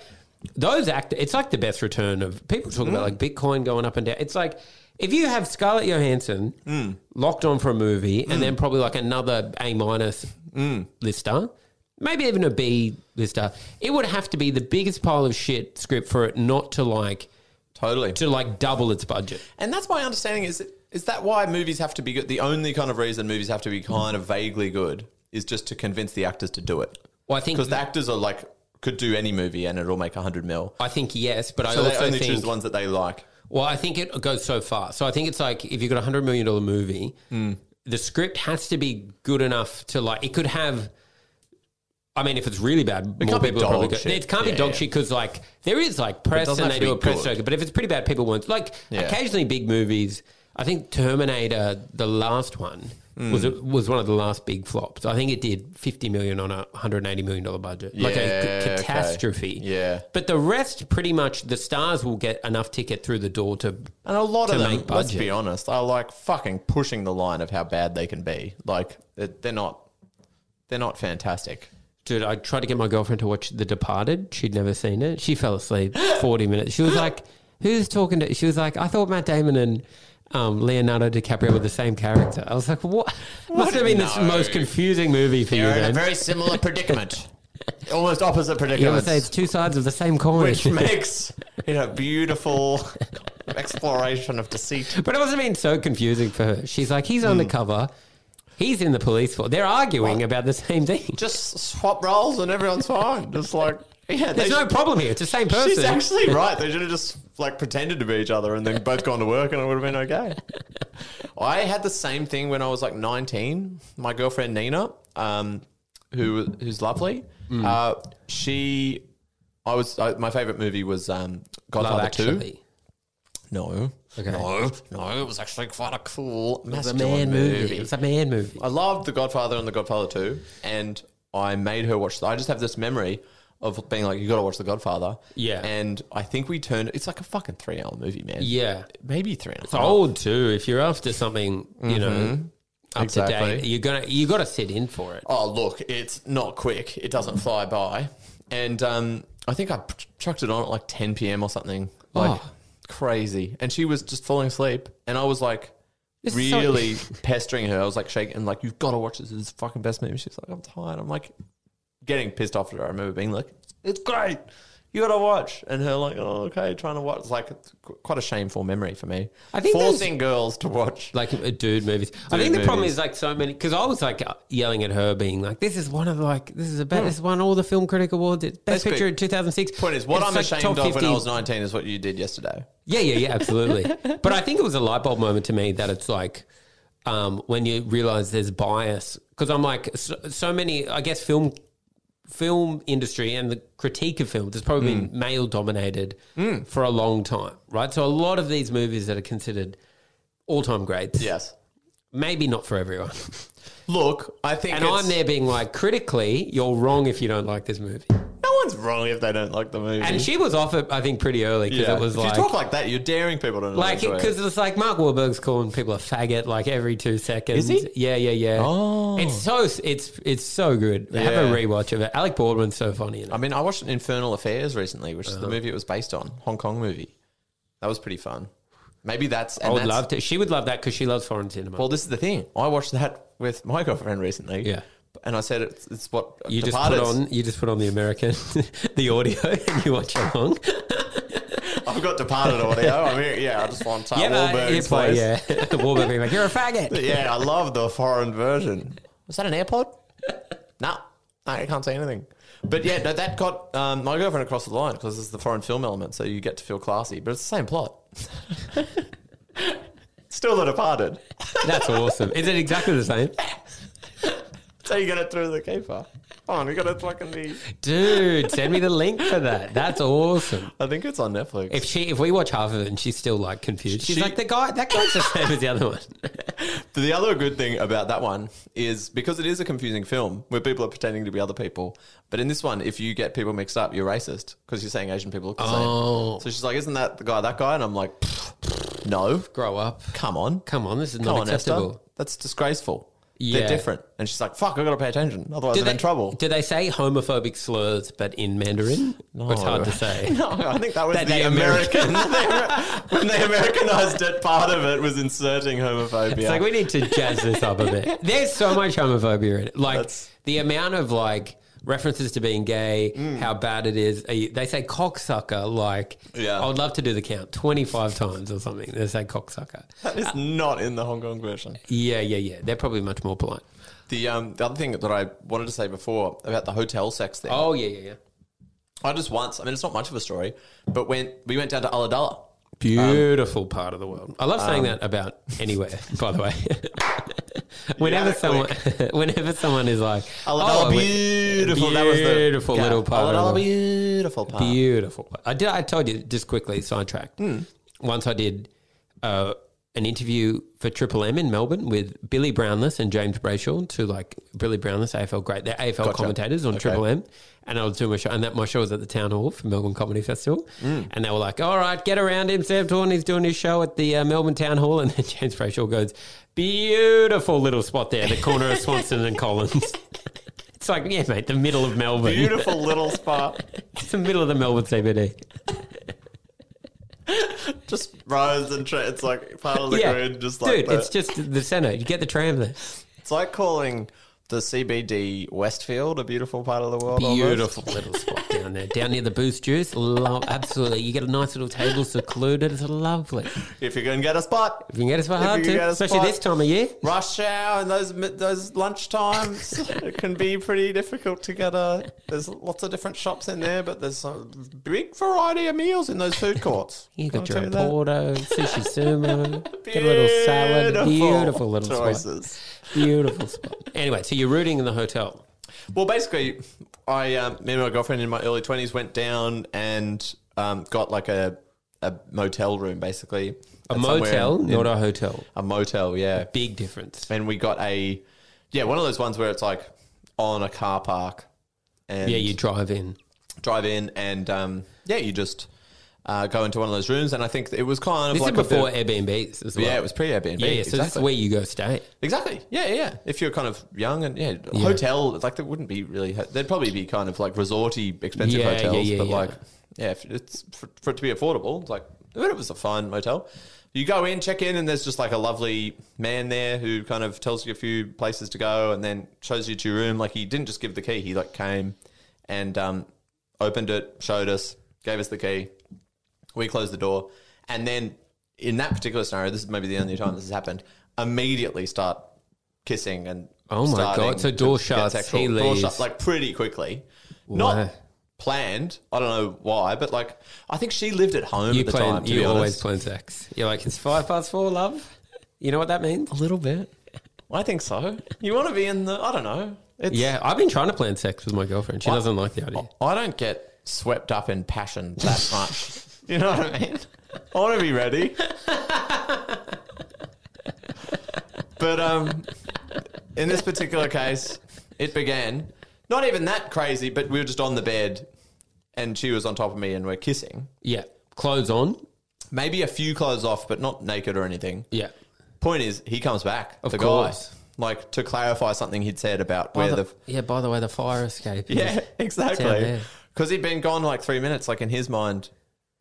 G: those act. It's like the best return of people talking about like Bitcoin going up and down. It's like if you have Scarlett Johansson locked on for a movie and then probably like another A minus Hmm. lister. Maybe even a B lister. It would have to be the biggest pile of shit script for it not to like
F: totally
G: to like double its budget.
F: And that's my understanding is is that why movies have to be good? The only kind of reason movies have to be kind of vaguely good is just to convince the actors to do it.
G: Well, I think
F: Because the actors are like could do any movie and it'll make hundred mil.
G: I think yes, but I
F: So they
G: also
F: only choose
G: think.
F: the ones that they like.
G: Well, I think it goes so far. So I think it's like if you've got a hundred million dollar movie,
F: Mm.
G: the script has to be good enough to like. It could have. I mean, if it's really bad, more
F: can't be
G: people will probably
F: dog
G: go.
F: shit.
G: It can't be
F: Yeah,
G: dog
F: yeah.
G: shit because like there is like press
F: doesn't
G: and
F: have
G: they
F: to
G: do a
F: be
G: press
F: good.
G: circuit. But if it's pretty bad, people won't like.
F: Yeah.
G: Occasionally, big movies. I think Terminator, the last one,
F: Mm.
G: was a, was one of the last big flops. I think it did fifty million on a hundred and eighty million dollar budget, like
F: Yeah,
G: a c-
F: okay.
G: catastrophe.
F: Yeah.
G: But the rest, pretty much, the stars will get enough ticket through the door to.
F: And a lot of
G: To
F: them,
G: make
F: let's
G: budget.
F: be honest, are like fucking pushing the line of how bad they can be. Like it- they're not they're not fantastic.
G: Dude, I tried to get my girlfriend to watch The Departed. She'd never seen it. She fell asleep forty minutes. She was like, "Who's talking to?" She was like, "I thought Matt Damon and um, Leonardo DiCaprio were the same character." I was like, "What?" Must have been the
F: No.
G: most confusing movie for you. Then.
F: similar predicament. Almost opposite
G: you ever
F: predicament.
G: say it's two sides of the same coin?
F: which makes it a beautiful exploration of deceit.
G: But it must have been so confusing for her. She's like,
F: Hmm.
G: he's undercover. He's in the police force. They're arguing about the same thing.
F: just swap roles and everyone's fine. Just like yeah,
G: There's
F: they-
G: no problem here. It's the same person.
F: She's actually right. They should have just like pretended to be each other and then both gone to work, and it would have been okay. I had the same thing when I was like 19. My girlfriend Nina, um, who who's lovely,
G: Mm.
F: uh, she. I was I, my favorite movie was um,
G: Love
F: Godfather Two.
G: actually.
F: No,
G: Okay.
F: no, no. It was actually quite a cool
G: It was a
F: masculine
G: man movie.
F: movie.
G: It was a man movie.
F: I loved The Godfather and The Godfather 2, and I made her watch. I just have this memory of being like, "You got to watch The Godfather."
G: Yeah.
F: and I think we turned. It's like a fucking three-hour movie, man.
G: Yeah.
F: maybe three and a half.
G: It's old too. If you're after something, you know, up to date,
F: Mm-hmm. Exactly.
G: you're gonna you gotta sit in for it.
F: Oh, look, it's not quick. It doesn't fly by, and um, I think I p- chucked it on at like 10 p.m. or something. Like,
G: Oh.
F: crazy. And she was just falling asleep. And I was like,
G: is so-
F: really pestering her. I was like shaking, and like, you've got to watch this. This is the fucking best movie. She's like, I'm tired. I'm like, getting pissed off at her. I remember being like, it's great. You got to watch. And her, like, oh, okay, trying to watch. It's like, it's qu- quite a shameful memory for me.
G: I think there's-
F: Forcing girls to watch.
G: like uh, dude movies. I think the
F: Dude
G: problem
F: movies.
G: is like so many because I was like uh, yelling at her, being like, "This is one of like this is about this won all the film critic awards. It's best
F: Hmm. That's quick.
G: picture in two thousand six.
F: Point is, what I'm ashamed of when I was 19 is what you did yesterday.
G: Yeah, yeah, yeah, absolutely. but I think it was a light bulb moment to me that it's like um, when you realize there's bias because I'm like so, so many. I guess film film industry and the critique of films has probably
F: Mm.
G: been male dominated for a long time, right? So a lot of these movies that are considered all time greats,
F: Yes.
G: maybe not for everyone.
F: Look, I think
G: And
F: it's-
G: I'm there being like, critically, you're wrong if you don't like this movie.
F: No one's wrong if they don't like the movie.
G: And she was off it, I think, pretty early because it was
F: if
G: like,
F: Mm. you talk like that, you're daring people to not
G: like
F: enjoy
G: because
F: it.
G: it's like Mark Wahlberg's calling people a faggot like every two seconds.
F: Is he?
G: Yeah, yeah, yeah.
F: Oh.
G: it's so it's it's so good. Have
F: Yeah.
G: a rewatch of it. Alec Baldwin's so funny in it.
F: I mean, I watched Infernal Affairs recently, which is the movie it was based on, Hong Kong movie. That was pretty fun. Maybe that's. And
G: I would
F: that's-
G: love to. She would love that because she loves foreign cinema.
F: Well, this is the thing. I watched that with my girlfriend recently.
G: Yeah.
F: And I said it's, it's what
G: you just put
F: Departed's-
G: on you just put on the American the audio and you watch along.
F: I've got Departed audio. I'm here. Yeah, I just want Tom
G: Yeah, but
F: Wahlberg's
G: it's like,
F: voice.
G: yeah. Wahlberg being like, "You're a faggot."
F: But yeah, I love the foreign version. Was that an AirPod? no, no, I can't say anything. But yeah, no, that got um, my girlfriend across the line because it's the foreign film element, so you get to feel classy. But it's the same plot. Still The Departed.
G: That's awesome. Is it exactly the same?
F: So you get it through the keeper. Oh, and you got to fucking be.
G: Dude, send me the link for that. That's awesome.
F: I think it's on Netflix.
G: If she, if we watch half of it and she's still like confused, she's
F: She-
G: like the guy. That guy's the same as the other one.
F: But the other good thing about that one is because it is a confusing film where people are pretending to be other people. But in this one, if you get people mixed up, you're racist because you're saying Asian people look the
G: Oh.
F: same. So she's like, "Isn't that the guy? That guy?" And I'm like, "Pfft, "No,
G: Grow up.
F: come on,
G: Come on, this is
F: come
G: not
F: on,
G: acceptable.
F: Esther. That's disgraceful.
G: Yeah.
F: They're different." And she's like, "Fuck, I got to pay attention, otherwise
G: Do
F: I'm
G: they,
F: in trouble."
G: Do they say homophobic slurs but in Mandarin? No. It's hard to say.
F: No, I think that was
G: That
F: the
G: they
F: American. when they Americanized it, part of it was inserting homophobia.
G: It's like we need to jazz this up a bit. There's so much homophobia in it. Like
F: That's-
G: the amount of like references to being gay,
F: Mm.
G: how bad it is. Are you- They say cocksucker like
F: Yeah.
G: I would love to do the count 25 times or something. They say cocksucker.
F: that is not in the Hong Kong version.
G: Yeah, yeah, yeah. They're probably much more polite.
F: The um the other thing that I wanted to say before about the hotel sex thing.
G: Oh yeah, yeah, yeah.
F: I just once. I mean, it's not much of a story, but when we went down to Ulladulla,
G: Beautiful part of the world. I love
F: Um,
G: saying that about anywhere, by the way. whenever
F: Yeah,
G: someone whenever someone is like "Oh,
F: Ulladulla,
G: we-
F: beautiful.
G: beautiful
F: yeah,
G: little part of
F: Ulladulla,
G: the
F: beautiful part.
G: Beautiful. place. I did. I told you just quickly sidetracked. Once I did uh, an interview for Triple M in Melbourne with Billy Brownless and James Brayshaw, two like Billy Brownless AFL great, they're AFL commentators on Triple M. And I was doing my show, and that my show was at the Town Hall for Melbourne Comedy Festival. And they were like, "All right, get around him, Sam Torn. He's doing his show at the uh, Melbourne Town Hall." And then James Brayshaw goes, "Beautiful little spot there, the corner of Swanson and Collins." It's like, yeah, mate, the middle of Melbourne.
F: Beautiful little spot.
G: It's the middle of the Melbourne CBD.
F: Just rows and tra- it's like part of the grid. Just like
G: dude,
F: that.
G: it's just the center. You get the tram there.
F: It's like calling the CBD Westfield a beautiful part of the world. almost.
G: Beautiful little spot down there, down near the Boost Juice. Love, absolutely. You get a nice little table secluded. It's lovely. If
F: If you can get a spot,
G: you can get us for
F: you
G: hard
F: can
G: to,
F: get a
G: especially
F: spot.
G: this time of year.
F: rush hour and those mi- those lunch times, it can be pretty difficult to get a. There's lots of different shops in there, but there's a big variety of meals in those food courts.
G: You got
F: Can I
G: your
F: tell you
G: Porto, sushi sumo,
F: that?
G: get a little salad.
F: Beautiful
G: Beautiful little spot.
F: choices.
G: Beautiful spot. Anyway, so you're rooting in the hotel.
F: Well, basically, I um, me and my girlfriend in my early twenties went down and um, got like a a motel room, basically
G: A
F: at somewhere
G: motel,
F: in-
G: not a hotel.
F: a motel, yeah.
G: Big difference.
F: and we got a yeah one of those ones where it's like on a car park and
G: Yeah, you drive in.
F: drive in and um, yeah you just uh, go into one of those rooms and I think it was kind of
G: This
F: like a
G: is
F: bit
G: before
F: of-
G: Airbnbs as well.
F: yeah it was pre Airbnb
G: Yeah, yeah, so
F: exactly.
G: this is where you go stay.
F: exactly yeah yeah, yeah if you're kind of young and yeah, hotel like there wouldn't be really there'd probably be kind of like resorty expensive
G: Yeah, yeah,
F: hotels
G: yeah,
F: but
G: yeah.
F: like yeah if it's for, for it to be affordable it's like but it was a fine motel. You go in, check in, and there's just like a lovely man there who kind of tells you a few places to go, and then shows you to your room. Like he didn't just give the key; he like came and um, opened it, showed us, gave us the key. We closed the door, and then in that particular scenario, this is maybe the only time this has happened. Immediately start kissing and
G: Oh my
F: starting
G: God. So
F: to
G: door
F: get
G: shuts,
F: sexual.
G: he
F: Door
G: leaves.
F: shut, like pretty quickly,
G: Wow.
F: not planned. I don't know why, but like I think she lived at home
G: You
F: at the
G: plan.
F: time. To
G: you
F: be
G: always
F: honest,
G: plan sex. You're like it's five past four, love. You know what that means?
F: a little bit. I think so. You want to be in the? I don't know. It's,
G: Yeah, I've been trying to plan sex with my girlfriend. She doesn't like the idea.
F: I don't get swept up in passion that much. you know what I mean? I want to be ready. but um, in this particular case, it began not even that crazy, but we were just on the bed and she was on top of me and we're kissing.
G: Yeah, clothes on.
F: Maybe a few clothes off, but not naked or anything.
G: Yeah,
F: Point is, he comes back,
G: Of
F: the
G: course.
F: guy. Like to clarify something he'd said about where the
G: yeah. By the way, the fire escape. is-
F: Yeah,
G: down
F: exactly.
G: there.
F: Because he'd been gone like three minutes. Like in his mind,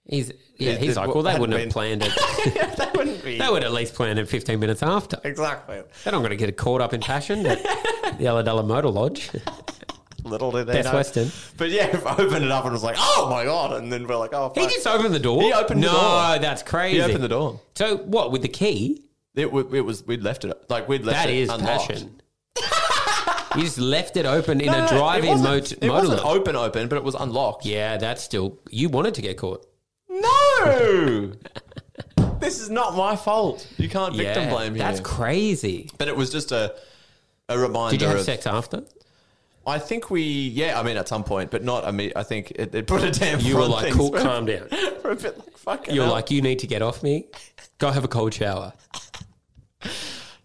G: he's yeah.
F: It-
G: He's
F: it
G: like, well, they
F: hadn't
G: wouldn't have
F: been-
G: planned it.
F: that wouldn't be
G: they would at least plan it 15 minutes after.
F: exactly.
G: They're not going to get caught up in passion at the Aladella Motor Lodge.
F: Little did they
G: Best
F: know.
G: Western.
F: But yeah, if I opened it up and was like, "Oh my god!" and then we're like, "Oh,
G: He
F: fuck.
G: just opened the door.
F: He opened the
G: no,
F: door.
G: that's crazy.
F: He opened the door.
G: So what with the key?
F: It, w- it was we'd left it like we'd left
G: That
F: it
G: is
F: unlocked.
G: passion. you just left it open in
F: No, no,
G: a
F: no, Uh, it
G: drive-in
F: wasn't-
G: mot-
F: It
G: motor
F: wasn't
G: lodge.
F: open, open, but it was unlocked.
G: Yeah, that's still. You wanted to get caught.
F: No, this is not my fault. You can't victim
G: yeah,
F: blame here.
G: That's crazy.
F: but it was just a a reminder.
G: Did you have
F: of,
G: sex after?
F: I think we, yeah, I mean, at some point, but not. I mean, I think it, it put a damn.
G: You were like, cool, calm down.
F: for a bit. Like, fucking
G: You're
F: hell.
G: like, you need to get off me. Go have a cold shower.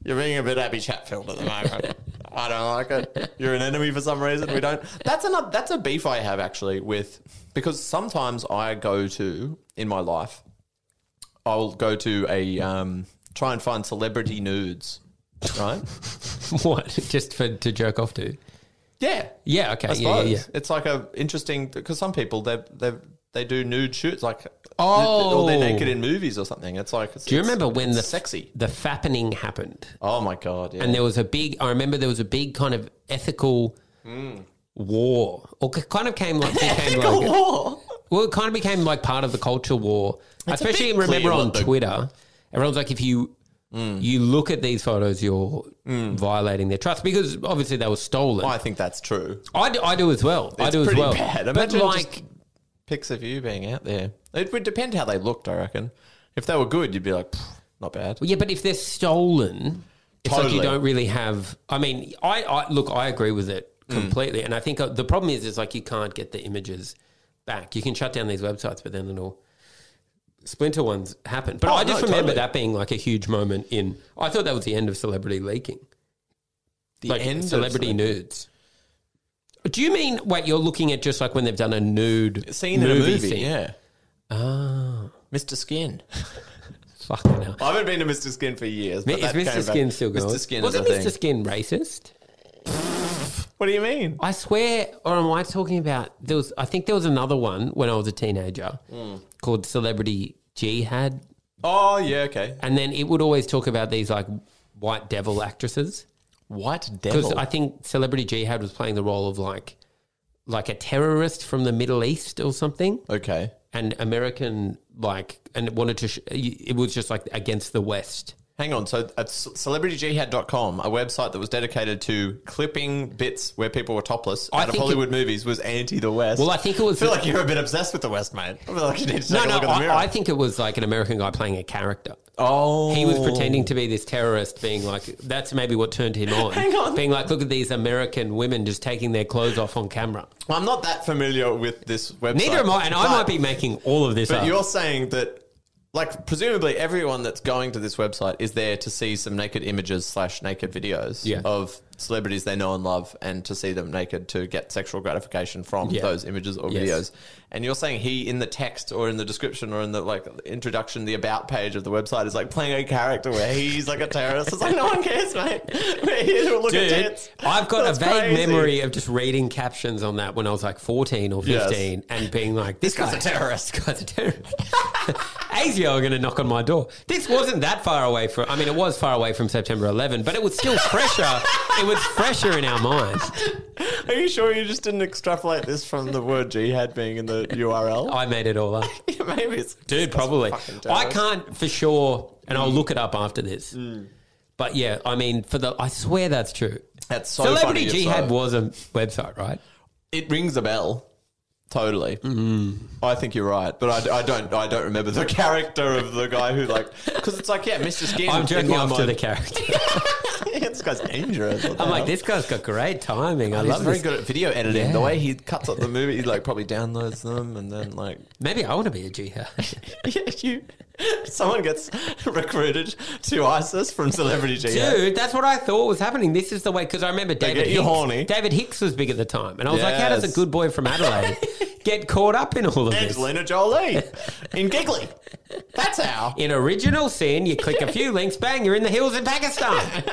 F: You're being a bit Abby Chatfield at the moment. I don't like it. You're an enemy for some reason. We don't. That's another. That's a beef I have actually with because sometimes I go to in my life, I'll go to a um, try and find celebrity nudes, right?
G: what? Just for to jerk off to?
F: yeah,
G: Yeah. Okay.
F: I
G: yeah,
F: suppose
G: yeah. Yeah.
F: it's like a interesting because some people they they they do nude shoots like
G: Oh.
F: or they're nakid in movies or something. It's like it's,
G: Do you remember when the
F: sexy?
G: the fappening happened?
F: Oh my god! Yeah.
G: and there was a big i remember there was a big kind of ethical
F: Hmm.
G: war or c- kind of came like became like well it kind of became like part of the culture war
F: a
G: especially
F: bit
G: remember
F: clear
G: on
F: what the- Mm.
G: twitter everyone's like if you you look at these photos you're violating their trust because obviously they were stolen
F: I
G: I,
F: think that's true.
G: do, I do as well I
F: It's
G: do as
F: pretty
G: well
F: bad.
G: but
F: Imagine
G: like
F: just- Pics of you being out there. It would depend how they looked. I reckon. If they were good, you'd be like, "Pff, not bad.
G: Well, yeah, but if they're stolen, it's like you
F: Totally.
G: don't really have. I mean, I, I look, I agree with it
F: Mm.
G: completely, and I think uh, the problem is, is like you can't get the images back. You can shut down these websites, but then it'll splinter ones happen. But
F: Oh,
G: I just
F: no,
G: remember
F: totally.
G: that being like a huge moment in. I thought that was the end of celebrity leaking,
F: The
G: like
F: end of
G: celebrity
F: cele-
G: nudes. Do you mean wait? You're looking at just like when they've done a nude
F: Scene in a movie.
G: scene.
F: Yeah.
G: Ah,
F: Mr. Skin.
G: fucking hell.
F: I haven't been to Mr. Skin for years. But
G: Is
F: that came
G: Mr.
F: back.
G: Skin still going?
F: Mr. Skin
G: Wasn't
F: is a
G: Mr.
F: thing.
G: Skin racist?
F: What do you mean?
G: I swear, or am I talking about there was? I think there was another one when I was a teenager called Celebrity Jihad,
F: Oh yeah, okay.
G: and then it would always talk about these like white devil actresses
F: White
G: because
F: devil.
G: I think Celebrity Jihad was playing the role of like like a terrorist from the Middle East or something,
F: okay.
G: and American like and it wanted to. Sh- it was just like against the West.
F: Hang on. So at c- celebritygehad.com, a website that was dedicated to clipping bits where people were topless
G: I
F: out of
G: think
F: Hollywood movies was anti the West.
G: Well, I think it was.
F: I feel like you're a bit obsessed with the West, mate. I feel like you need to
G: no,
F: take a
G: no,
F: look in the mirror.
G: I, I think it was like an American guy playing a character.
F: oh.
G: He was pretending to be this terrorist, being like, that's maybe what turned him on.
F: Hang on.
G: Being like, look at these American women just taking their clothes off on camera.
F: Well, I'm not that familiar with this website.
G: Neither am I, and I
F: but-
G: might be making all of this
F: But
G: up.
F: you're saying that, like, presumably everyone that's going to this website is there to see some naked images slash naked videos
G: Yeah.
F: of celebrities they know and love and to see them naked to get sexual gratification from
G: Yeah.
F: those images or
G: Yes.
F: videos. And you're saying he in the text or in the description or in the like introduction, the about page of the website is like playing a character where he's like a terrorist. It's like no one cares, mate. We're here to look at
G: Dude,
F: tits.
G: I've got
F: That's
G: a vague
F: crazy.
G: memory of just reading captions on that when I was like 14 or
F: Yes.
G: 15 and being like, this,
F: guy's
G: guy-
F: a terrorist.
G: This guy's a terrorist. ASIO are going to knock on my door. This wasn't that far away from, I mean, it was far away from September 11, but it was still fresher. it was fresher in our minds.
F: Are you sure you just didn't extrapolate this from the word jihad being in the URL?
G: I made it all up.
F: Yeah, Maybe it's
G: Dude, probably. I can't for sure, and
F: Mm.
G: I'll look it up after this. But yeah, I mean, for the, I swear that's true.
F: That's so
G: Celebrity
F: funny,
G: Jihad
F: so-
G: was a website, right?
F: It rings a bell. Totally. Mm-hmm. I think you're right, but I, I don't. I don't remember the character of the guy who like because it's like yeah, Mr. Skin.
G: I'm
F: in
G: joking
F: my
G: off to
F: mind-
G: the character.
F: Yeah, this guy's dangerous. What the
G: I'm like,
F: hell?
G: this guy's got great timing. I
F: He's
G: love
F: very
G: this.
F: good at video editing.
G: Yeah.
F: The way he cuts up the movie, he like probably downloads them and then like
G: Maybe I want to be a jihad.
F: you. Someone gets recruited to ISIS from Celebrity Jihad.
G: Dude, that's what I thought was happening. This is the way because I remember David
F: get you
G: Hicks.
F: horny.
G: David Hicks was big at the time, and I was like, how does a
F: Yes.
G: good boy from Adelaide get caught up in all of this?
F: Angelina Jolie in Giggly. That's how.
G: In original sin, you click a few links, bang, you're in the hills in Pakistan.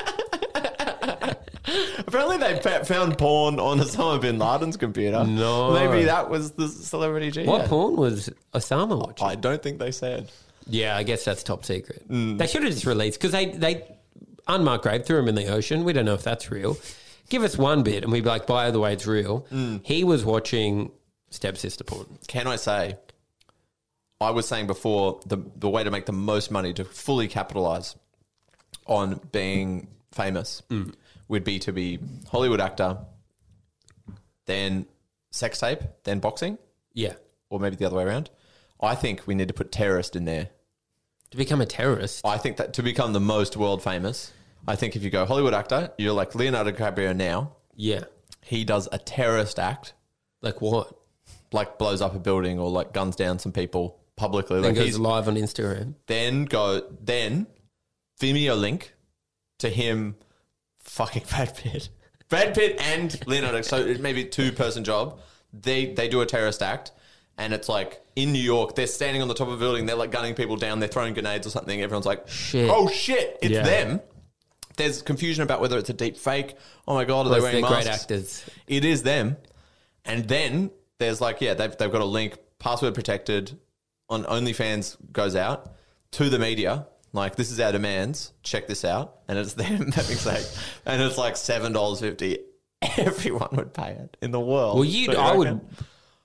F: Apparently, they fa- found porn on Osama bin Laden's computer.
G: No.
F: maybe that was the celebrity G.
G: What porn was Osama watching?
F: I don't think they said.
G: Yeah, I guess that's top secret.
F: Mm.
G: They should have just released because they they unmarked grave threw him in the ocean. We don't know if that's real. Give us one bit, and we'd be like, by the way, it's real.
F: Mm.
G: He was watching stepsister porn.
F: Can I say? I was saying before the the way to make the most money to fully capitalize on being famous
G: Mm.
F: would be to be Hollywood actor, then sex tape, then boxing,
G: Yeah,
F: or maybe the other way around. I think we need to put terrorist in there
G: to become a terrorist.
F: I think that to become the most world famous, I think if you go Hollywood actor, you're like Leonardo DiCaprio now.
G: Yeah,
F: He does a terrorist act,
G: like what?
F: like blows up a building or like guns down some people publicly.
G: Then
F: Like
G: goes
F: he's
G: live on Instagram.
F: then go then Vimeo link to him fucking Brad Pitt. Brad Pitt and Leonardo. So it may be two person job. They they do a terrorist act and it's like in New York, they're standing on the top of a building, they're like gunning people down, they're throwing grenades or something. Everyone's like,
G: Shit.
F: Oh shit, it's
G: Yeah.
F: them. There's confusion about whether it's a deep fake. Oh my god, are they
G: They're
F: wearing
G: great
F: masks?
G: actors.
F: It is them. And then there's like, yeah, they've, they've got a link, password protected, on OnlyFans goes out to the media. Like, this is our demands. Check this out. And it's them having sex. And it's like $7.50. Everyone would pay it in the world.
G: Well, you,
F: Don't
G: I would,
F: reckon?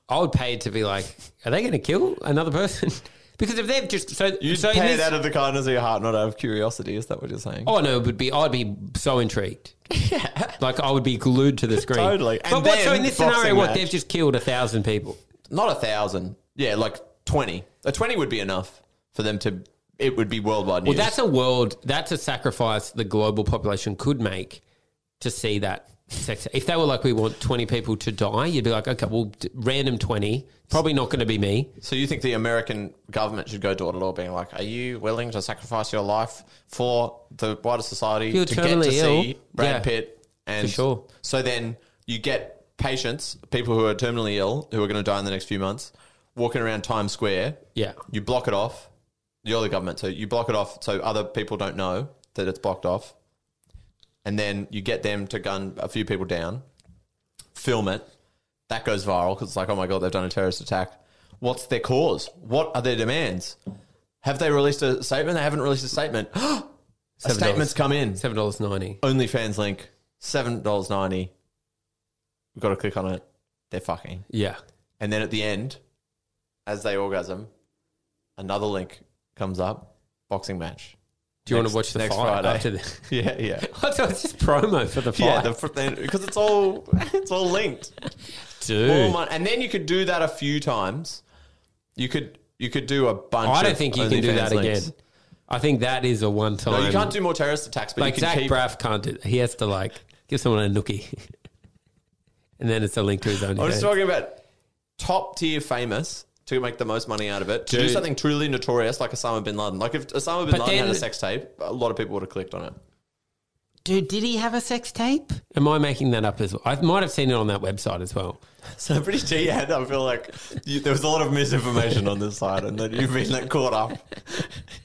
G: I would pay to be like, are they going to kill another person? because if they've just so
F: You'd
G: so in
F: pay
G: this-
F: it out of the kindness of your heart, not out of curiosity. Is that what you're saying?
G: Oh no, it would be I'd be so intrigued. Like I would be glued to the screen.
F: Totally.
G: But
F: And
G: what so
F: then
G: in this
F: boxing
G: scenario what
F: match.
G: they've just killed a thousand people.
F: Not a thousand. Yeah, like 20. A 20 would be enough for them to, it would be worldwide
G: Well
F: news.
G: that's a world that's a sacrifice the global population could make to see that sex. If they were like we want twenty people to die, you'd be like, okay, well d- random twenty. Probably not gonna be me.
F: So you think the American government should go door to door, being like, "Are you willing to sacrifice your life for the wider society
G: You're
F: to get
G: totally
F: to
G: ill."
F: see Brad
G: Yeah.
F: Pitt?" And
G: For sure.
F: So then you get patients, people who are terminally ill, who are going to die in the next few months, walking around Times Square.
G: Yeah.
F: You block it off. You're the government, so you block it off so other people don't know that it's blocked off. And then you get them to gun a few people down, film it. That goes viral because it's like, oh my god, they've done a terrorist attack. What's their cause? What are their demands? Have they released a statement? They haven't released a statement. a statement's come in.
G: Seven dollars ninety.
F: OnlyFans link, seven dollars ninety. We've got to click on it. They're fucking.
G: Yeah.
F: And then at the end, as they orgasm, another link comes up. Boxing match.
G: Do you
F: Next-
G: want to watch
F: next
G: the fight
F: Friday.
G: after this?
F: Yeah, yeah.
G: so it's just promo for the fight.
F: Yeah, because it's all it's all linked.
G: Dude.
F: All mon- and then you could do that a few times. You could you could do a bunch.
G: Oh, I don't
F: of
G: think you can do
F: OnlyFans
G: that
F: links.
G: again. I think that is a one time.
F: No, you can't do more terrorist attacks, but
G: like
F: you can
G: Zach
F: keep.
G: Braff can't do. He has to like give someone a nookie, and then it's a link to his own.
F: I was
G: hand.
F: talking about top tier famous to make the most money out of it. To do
G: Dude.
F: something truly notorious like Osama bin Laden. Like if Osama bin
G: But
F: Laden had
G: then-
F: a sex tape, a lot of people would have clicked on it.
G: Dude, did he have a sex tape? Am I making that up as well? I might have seen it on that website as well.
F: So pretty G had. I feel like you, there was a lot of misinformation on this side, and that you've been like caught up.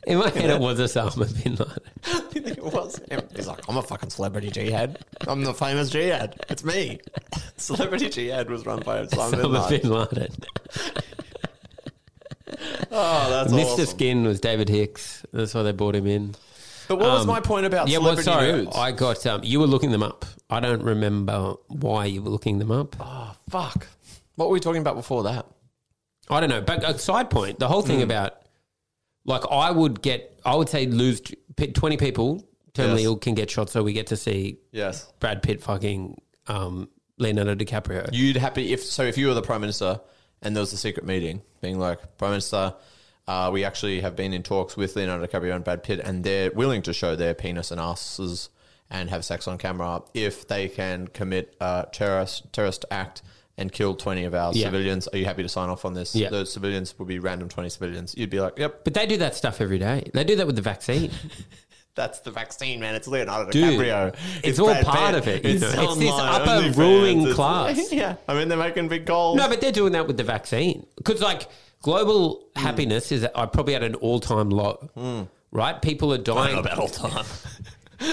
G: In my head, it was Osama bin Laden.
F: You think it was him? He's like, I'm a fucking celebrity jihad. I'm the famous jihad. It's me. Celebrity jihad was run by Osama bin
G: Osama
F: Laden.
G: bin Laden.
F: Oh, that's
G: Mr.
F: awesome.
G: Skin was David Hicks. That's why they brought him in.
F: But what was
G: Um,
F: my point about
G: Yeah, well,
F: celebrity
G: sorry.
F: nudes?
G: I got, um, you were looking them up. I don't remember why you were looking them up.
F: oh, fuck. What were we talking about before that?
G: I don't know. But a side point, the whole thing about like I would get, I would say lose p- twenty people terminally
F: Yes.
G: ill can get shot, so we get to see
F: Yes.
G: Brad Pitt fucking um, Leonardo DiCaprio.
F: You'd happy if so if you were the prime minister and there was a secret meeting, being like prime minister, uh, we actually have been in talks with Leonardo DiCaprio and Brad Pitt, and they're willing to show their penis and asses and have sex on camera if they can commit a terrorist terrorist act and kill twenty of our
G: Yeah.
F: civilians. Are you happy to sign off on this?
G: Yeah.
F: Those civilians would be random twenty civilians. You'd be like, yep,
G: but they do that stuff every day. They do that with the vaccine.
F: that's the vaccine, man. It's Leonardo
G: Dude,
F: DiCaprio.
G: it's all
F: Brad
G: part
F: Pitt.
G: of it, you know. It's this
F: online,
G: upper
F: OnlyFans.
G: ruling
F: It's-
G: class.
F: yeah, I mean they're making big goals.
G: no, but they're doing that with the vaccine because like global happiness is uh, probably at an all time low. Right, people are dying.
F: time.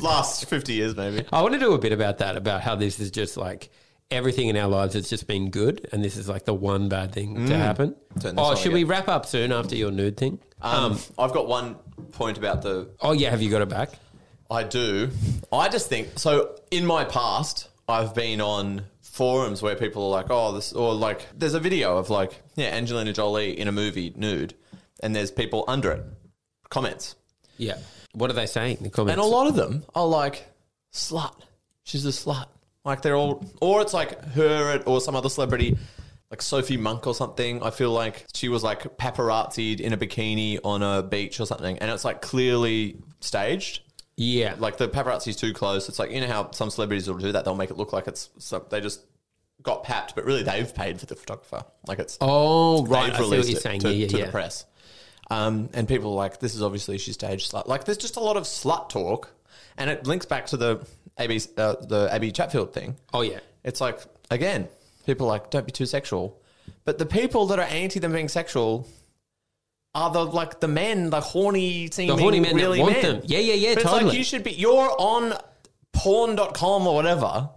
F: Last 50 years, maybe.
G: I want to do a bit about that, about how this is just like everything in our lives has just been good, and this is like the one bad thing to happen.
F: Mm. Turn this
G: Oh,
F: on
G: should
F: again.
G: we wrap up soon after your nude thing?
F: Um, I've got one point about the.
G: Oh yeah, have you got it back?
F: I do. I just think so. In my past, I've been on forums where people are like, "Oh, this," or like, there's a video of like, yeah, Angelina Jolie in a movie nude, and there's people under it comments,
G: Yeah. What are they saying in the comments?
F: and a lot of them are like, "Slut, she's a slut." Like they're all, or it's like her or some other celebrity. Like Sophie Monk or something, I feel like she was like paparazzied in a bikini on a beach or something, and it's like clearly staged.
G: yeah, like
F: like the paparazzi's too close. It's like you know how some celebrities will do that; they'll make it look like it's so they just got papped, but really they've paid for the photographer. Like it's
G: oh
F: they've
G: right, I see what
F: released
G: you're
F: it
G: saying.
F: to,
G: yeah,
F: to
G: yeah,
F: the
G: yeah.
F: press. Um, and people are like this is obviously she staged slut. Like there's just a lot of slut talk, and it links back to the AB uh, the Abby Chatfield thing.
G: Oh yeah,
F: It's like again, people are like don't be too sexual, but the people that are anti them being sexual. Are the like the men, the horny
G: the
F: seeming
G: horny men
F: really
G: that want
F: men.
G: them. Yeah, yeah, yeah,
F: But
G: totally.
F: it's like you should be. You're on porn.com or whatever.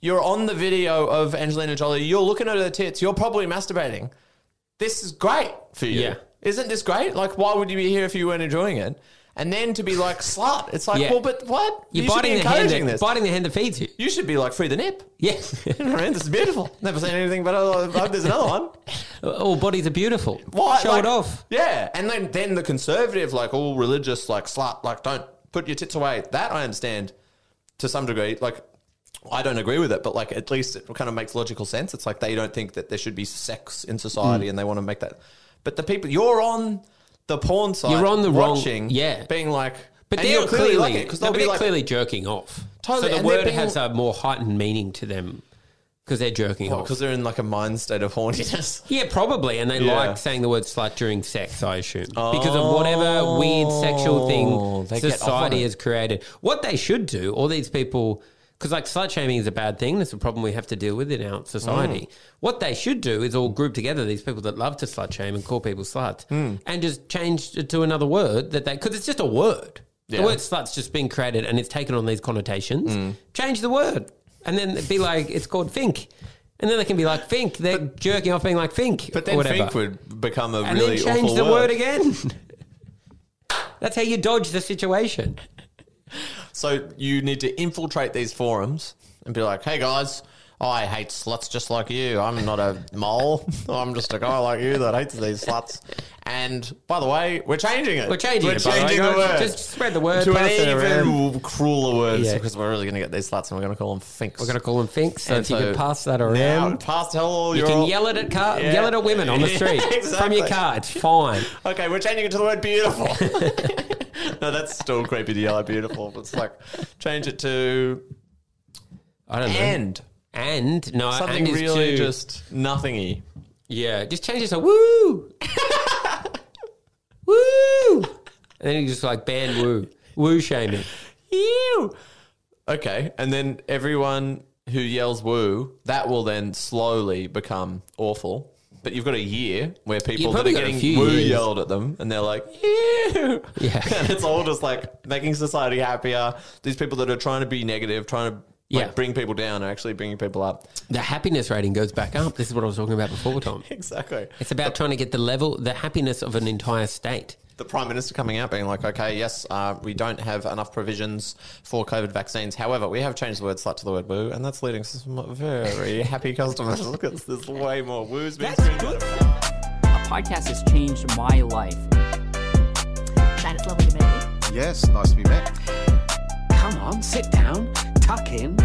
F: You're on the video of Angelina Jolie. You're looking at her tits. You're probably masturbating. This is great for you.
G: Yeah.
F: Isn't this great? Like, why would you be here if you weren't enjoying it? And then to be like, slut. It's like,
G: Yeah.
F: well, but what?
G: you're
F: should
G: biting
F: be
G: the hand
F: encouraging
G: that,
F: this.
G: biting the hand that feeds you.
F: you should be like, free the nip.
G: Yeah,
F: You know what I mean? This is beautiful. Never seen anything but I hope there's another one.
G: all Oh, bodies are beautiful.
F: Why?
G: Show
F: like-
G: it off.
F: Yeah. And then, then the conservative, like all religious, like slut, like don't put your tits away. That I understand to some degree. Like, I don't agree with it, but like at least it kind of makes logical sense. It's like they don't think that there should be sex in society
G: Mm.
F: and they want to make that. But the people, you're on the porn side.
G: You're on the wrong-
F: watching,
G: yeah.
F: Being like,
G: But
F: and
G: they're
F: you're
G: clearly,
F: like it because
G: no,
F: they'll
G: but
F: be
G: they're
F: like,
G: clearly jerking off.
F: Totally,
G: So the
F: and they're
G: word
F: being-
G: has a more heightened meaning to them because they're jerking off.
F: because "Oh, they're in like a mind state of horniness.
G: Yeah, probably. And they
F: Yeah.
G: like saying the word slut during sex, I assume. because of whatever weird sexual
F: Oh, they
G: thing
F: get off on
G: society
F: it.
G: has created. What they should do, all these people, because like slut shaming is a bad thing. That's a problem we have to deal with in our society.
F: Mm.
G: What they should do is all group together these people that love to slut shame and call people sluts
F: Hmm.
G: and just change it to another word that they, because it's just a word.
F: Yeah. Hmm.
G: The word slut's just been created and it's taken on these connotations. Change the word. And then it'd be like, it's called Fink. And then they can be like, Fink. They're jerking off being like, Fink.
F: But then
G: or whatever.
F: think would become a
G: and
F: really
G: then change
F: awful
G: the word,
F: word
G: again. That's how you dodge the situation.
F: So you need to infiltrate these forums and be like, "Hey guys, I hate sluts just like you. I'm not a mole. I'm just a guy like you that hates these sluts." And by the way, we're changing it.
G: We're changing it, by the way,
F: changing the
G: guys.
F: word.
G: Just spread the word,
F: to
G: pass it
F: an
G: around.
F: even crueler word
G: Yeah.
F: because we're really going to get these sluts and we're going to call them finks.
G: We're going to call them Finks. So
F: And
G: if you could
F: so
G: pass that
F: now,
G: around,
F: pass tell all
G: you
F: your
G: can yell it at car,
F: Yeah.
G: yell it at women on the
F: Yeah,
G: street from
F: exactly.
G: your car. It's fine.
F: Okay, we're changing it to the word beautiful. no, that's still creepy to yell at beautiful. It's like change it to
G: I don't know.
F: and.
G: and no,
F: Something
G: and is
F: really
G: too-
F: just nothingy.
G: Yeah, just change it to woo, woo, and then you just like ban woo, woo shaming.
F: ew. Okay, and then everyone who yells woo, that will then slowly become awful. But you've got a year where people that are
G: probably got a
F: getting
G: few
F: woo
G: years.
F: yelled at them, and they're like, ew.
G: Yeah.
F: and it's all just like making society happier. These people that are trying to be negative, trying to like,
G: Yeah.
F: bring people down, are actually bringing people up.
G: The happiness rating goes back up. This is what I was talking about before, Tom.
F: Exactly.
G: It's about trying to get the level, the happiness of an entire state.
F: the prime minister coming out being like, okay, yes, uh, we don't have enough provisions for COVID vaccines. However, we have changed the word slut to the word woo, and that's leading to some very happy customers. Look, it's- there's way more woos being screamed at.
A: A podcast has changed my life.
B: Shane, it's lovely to meet you.
C: Yes, nice to be back.
D: Come on, sit down, tuck in.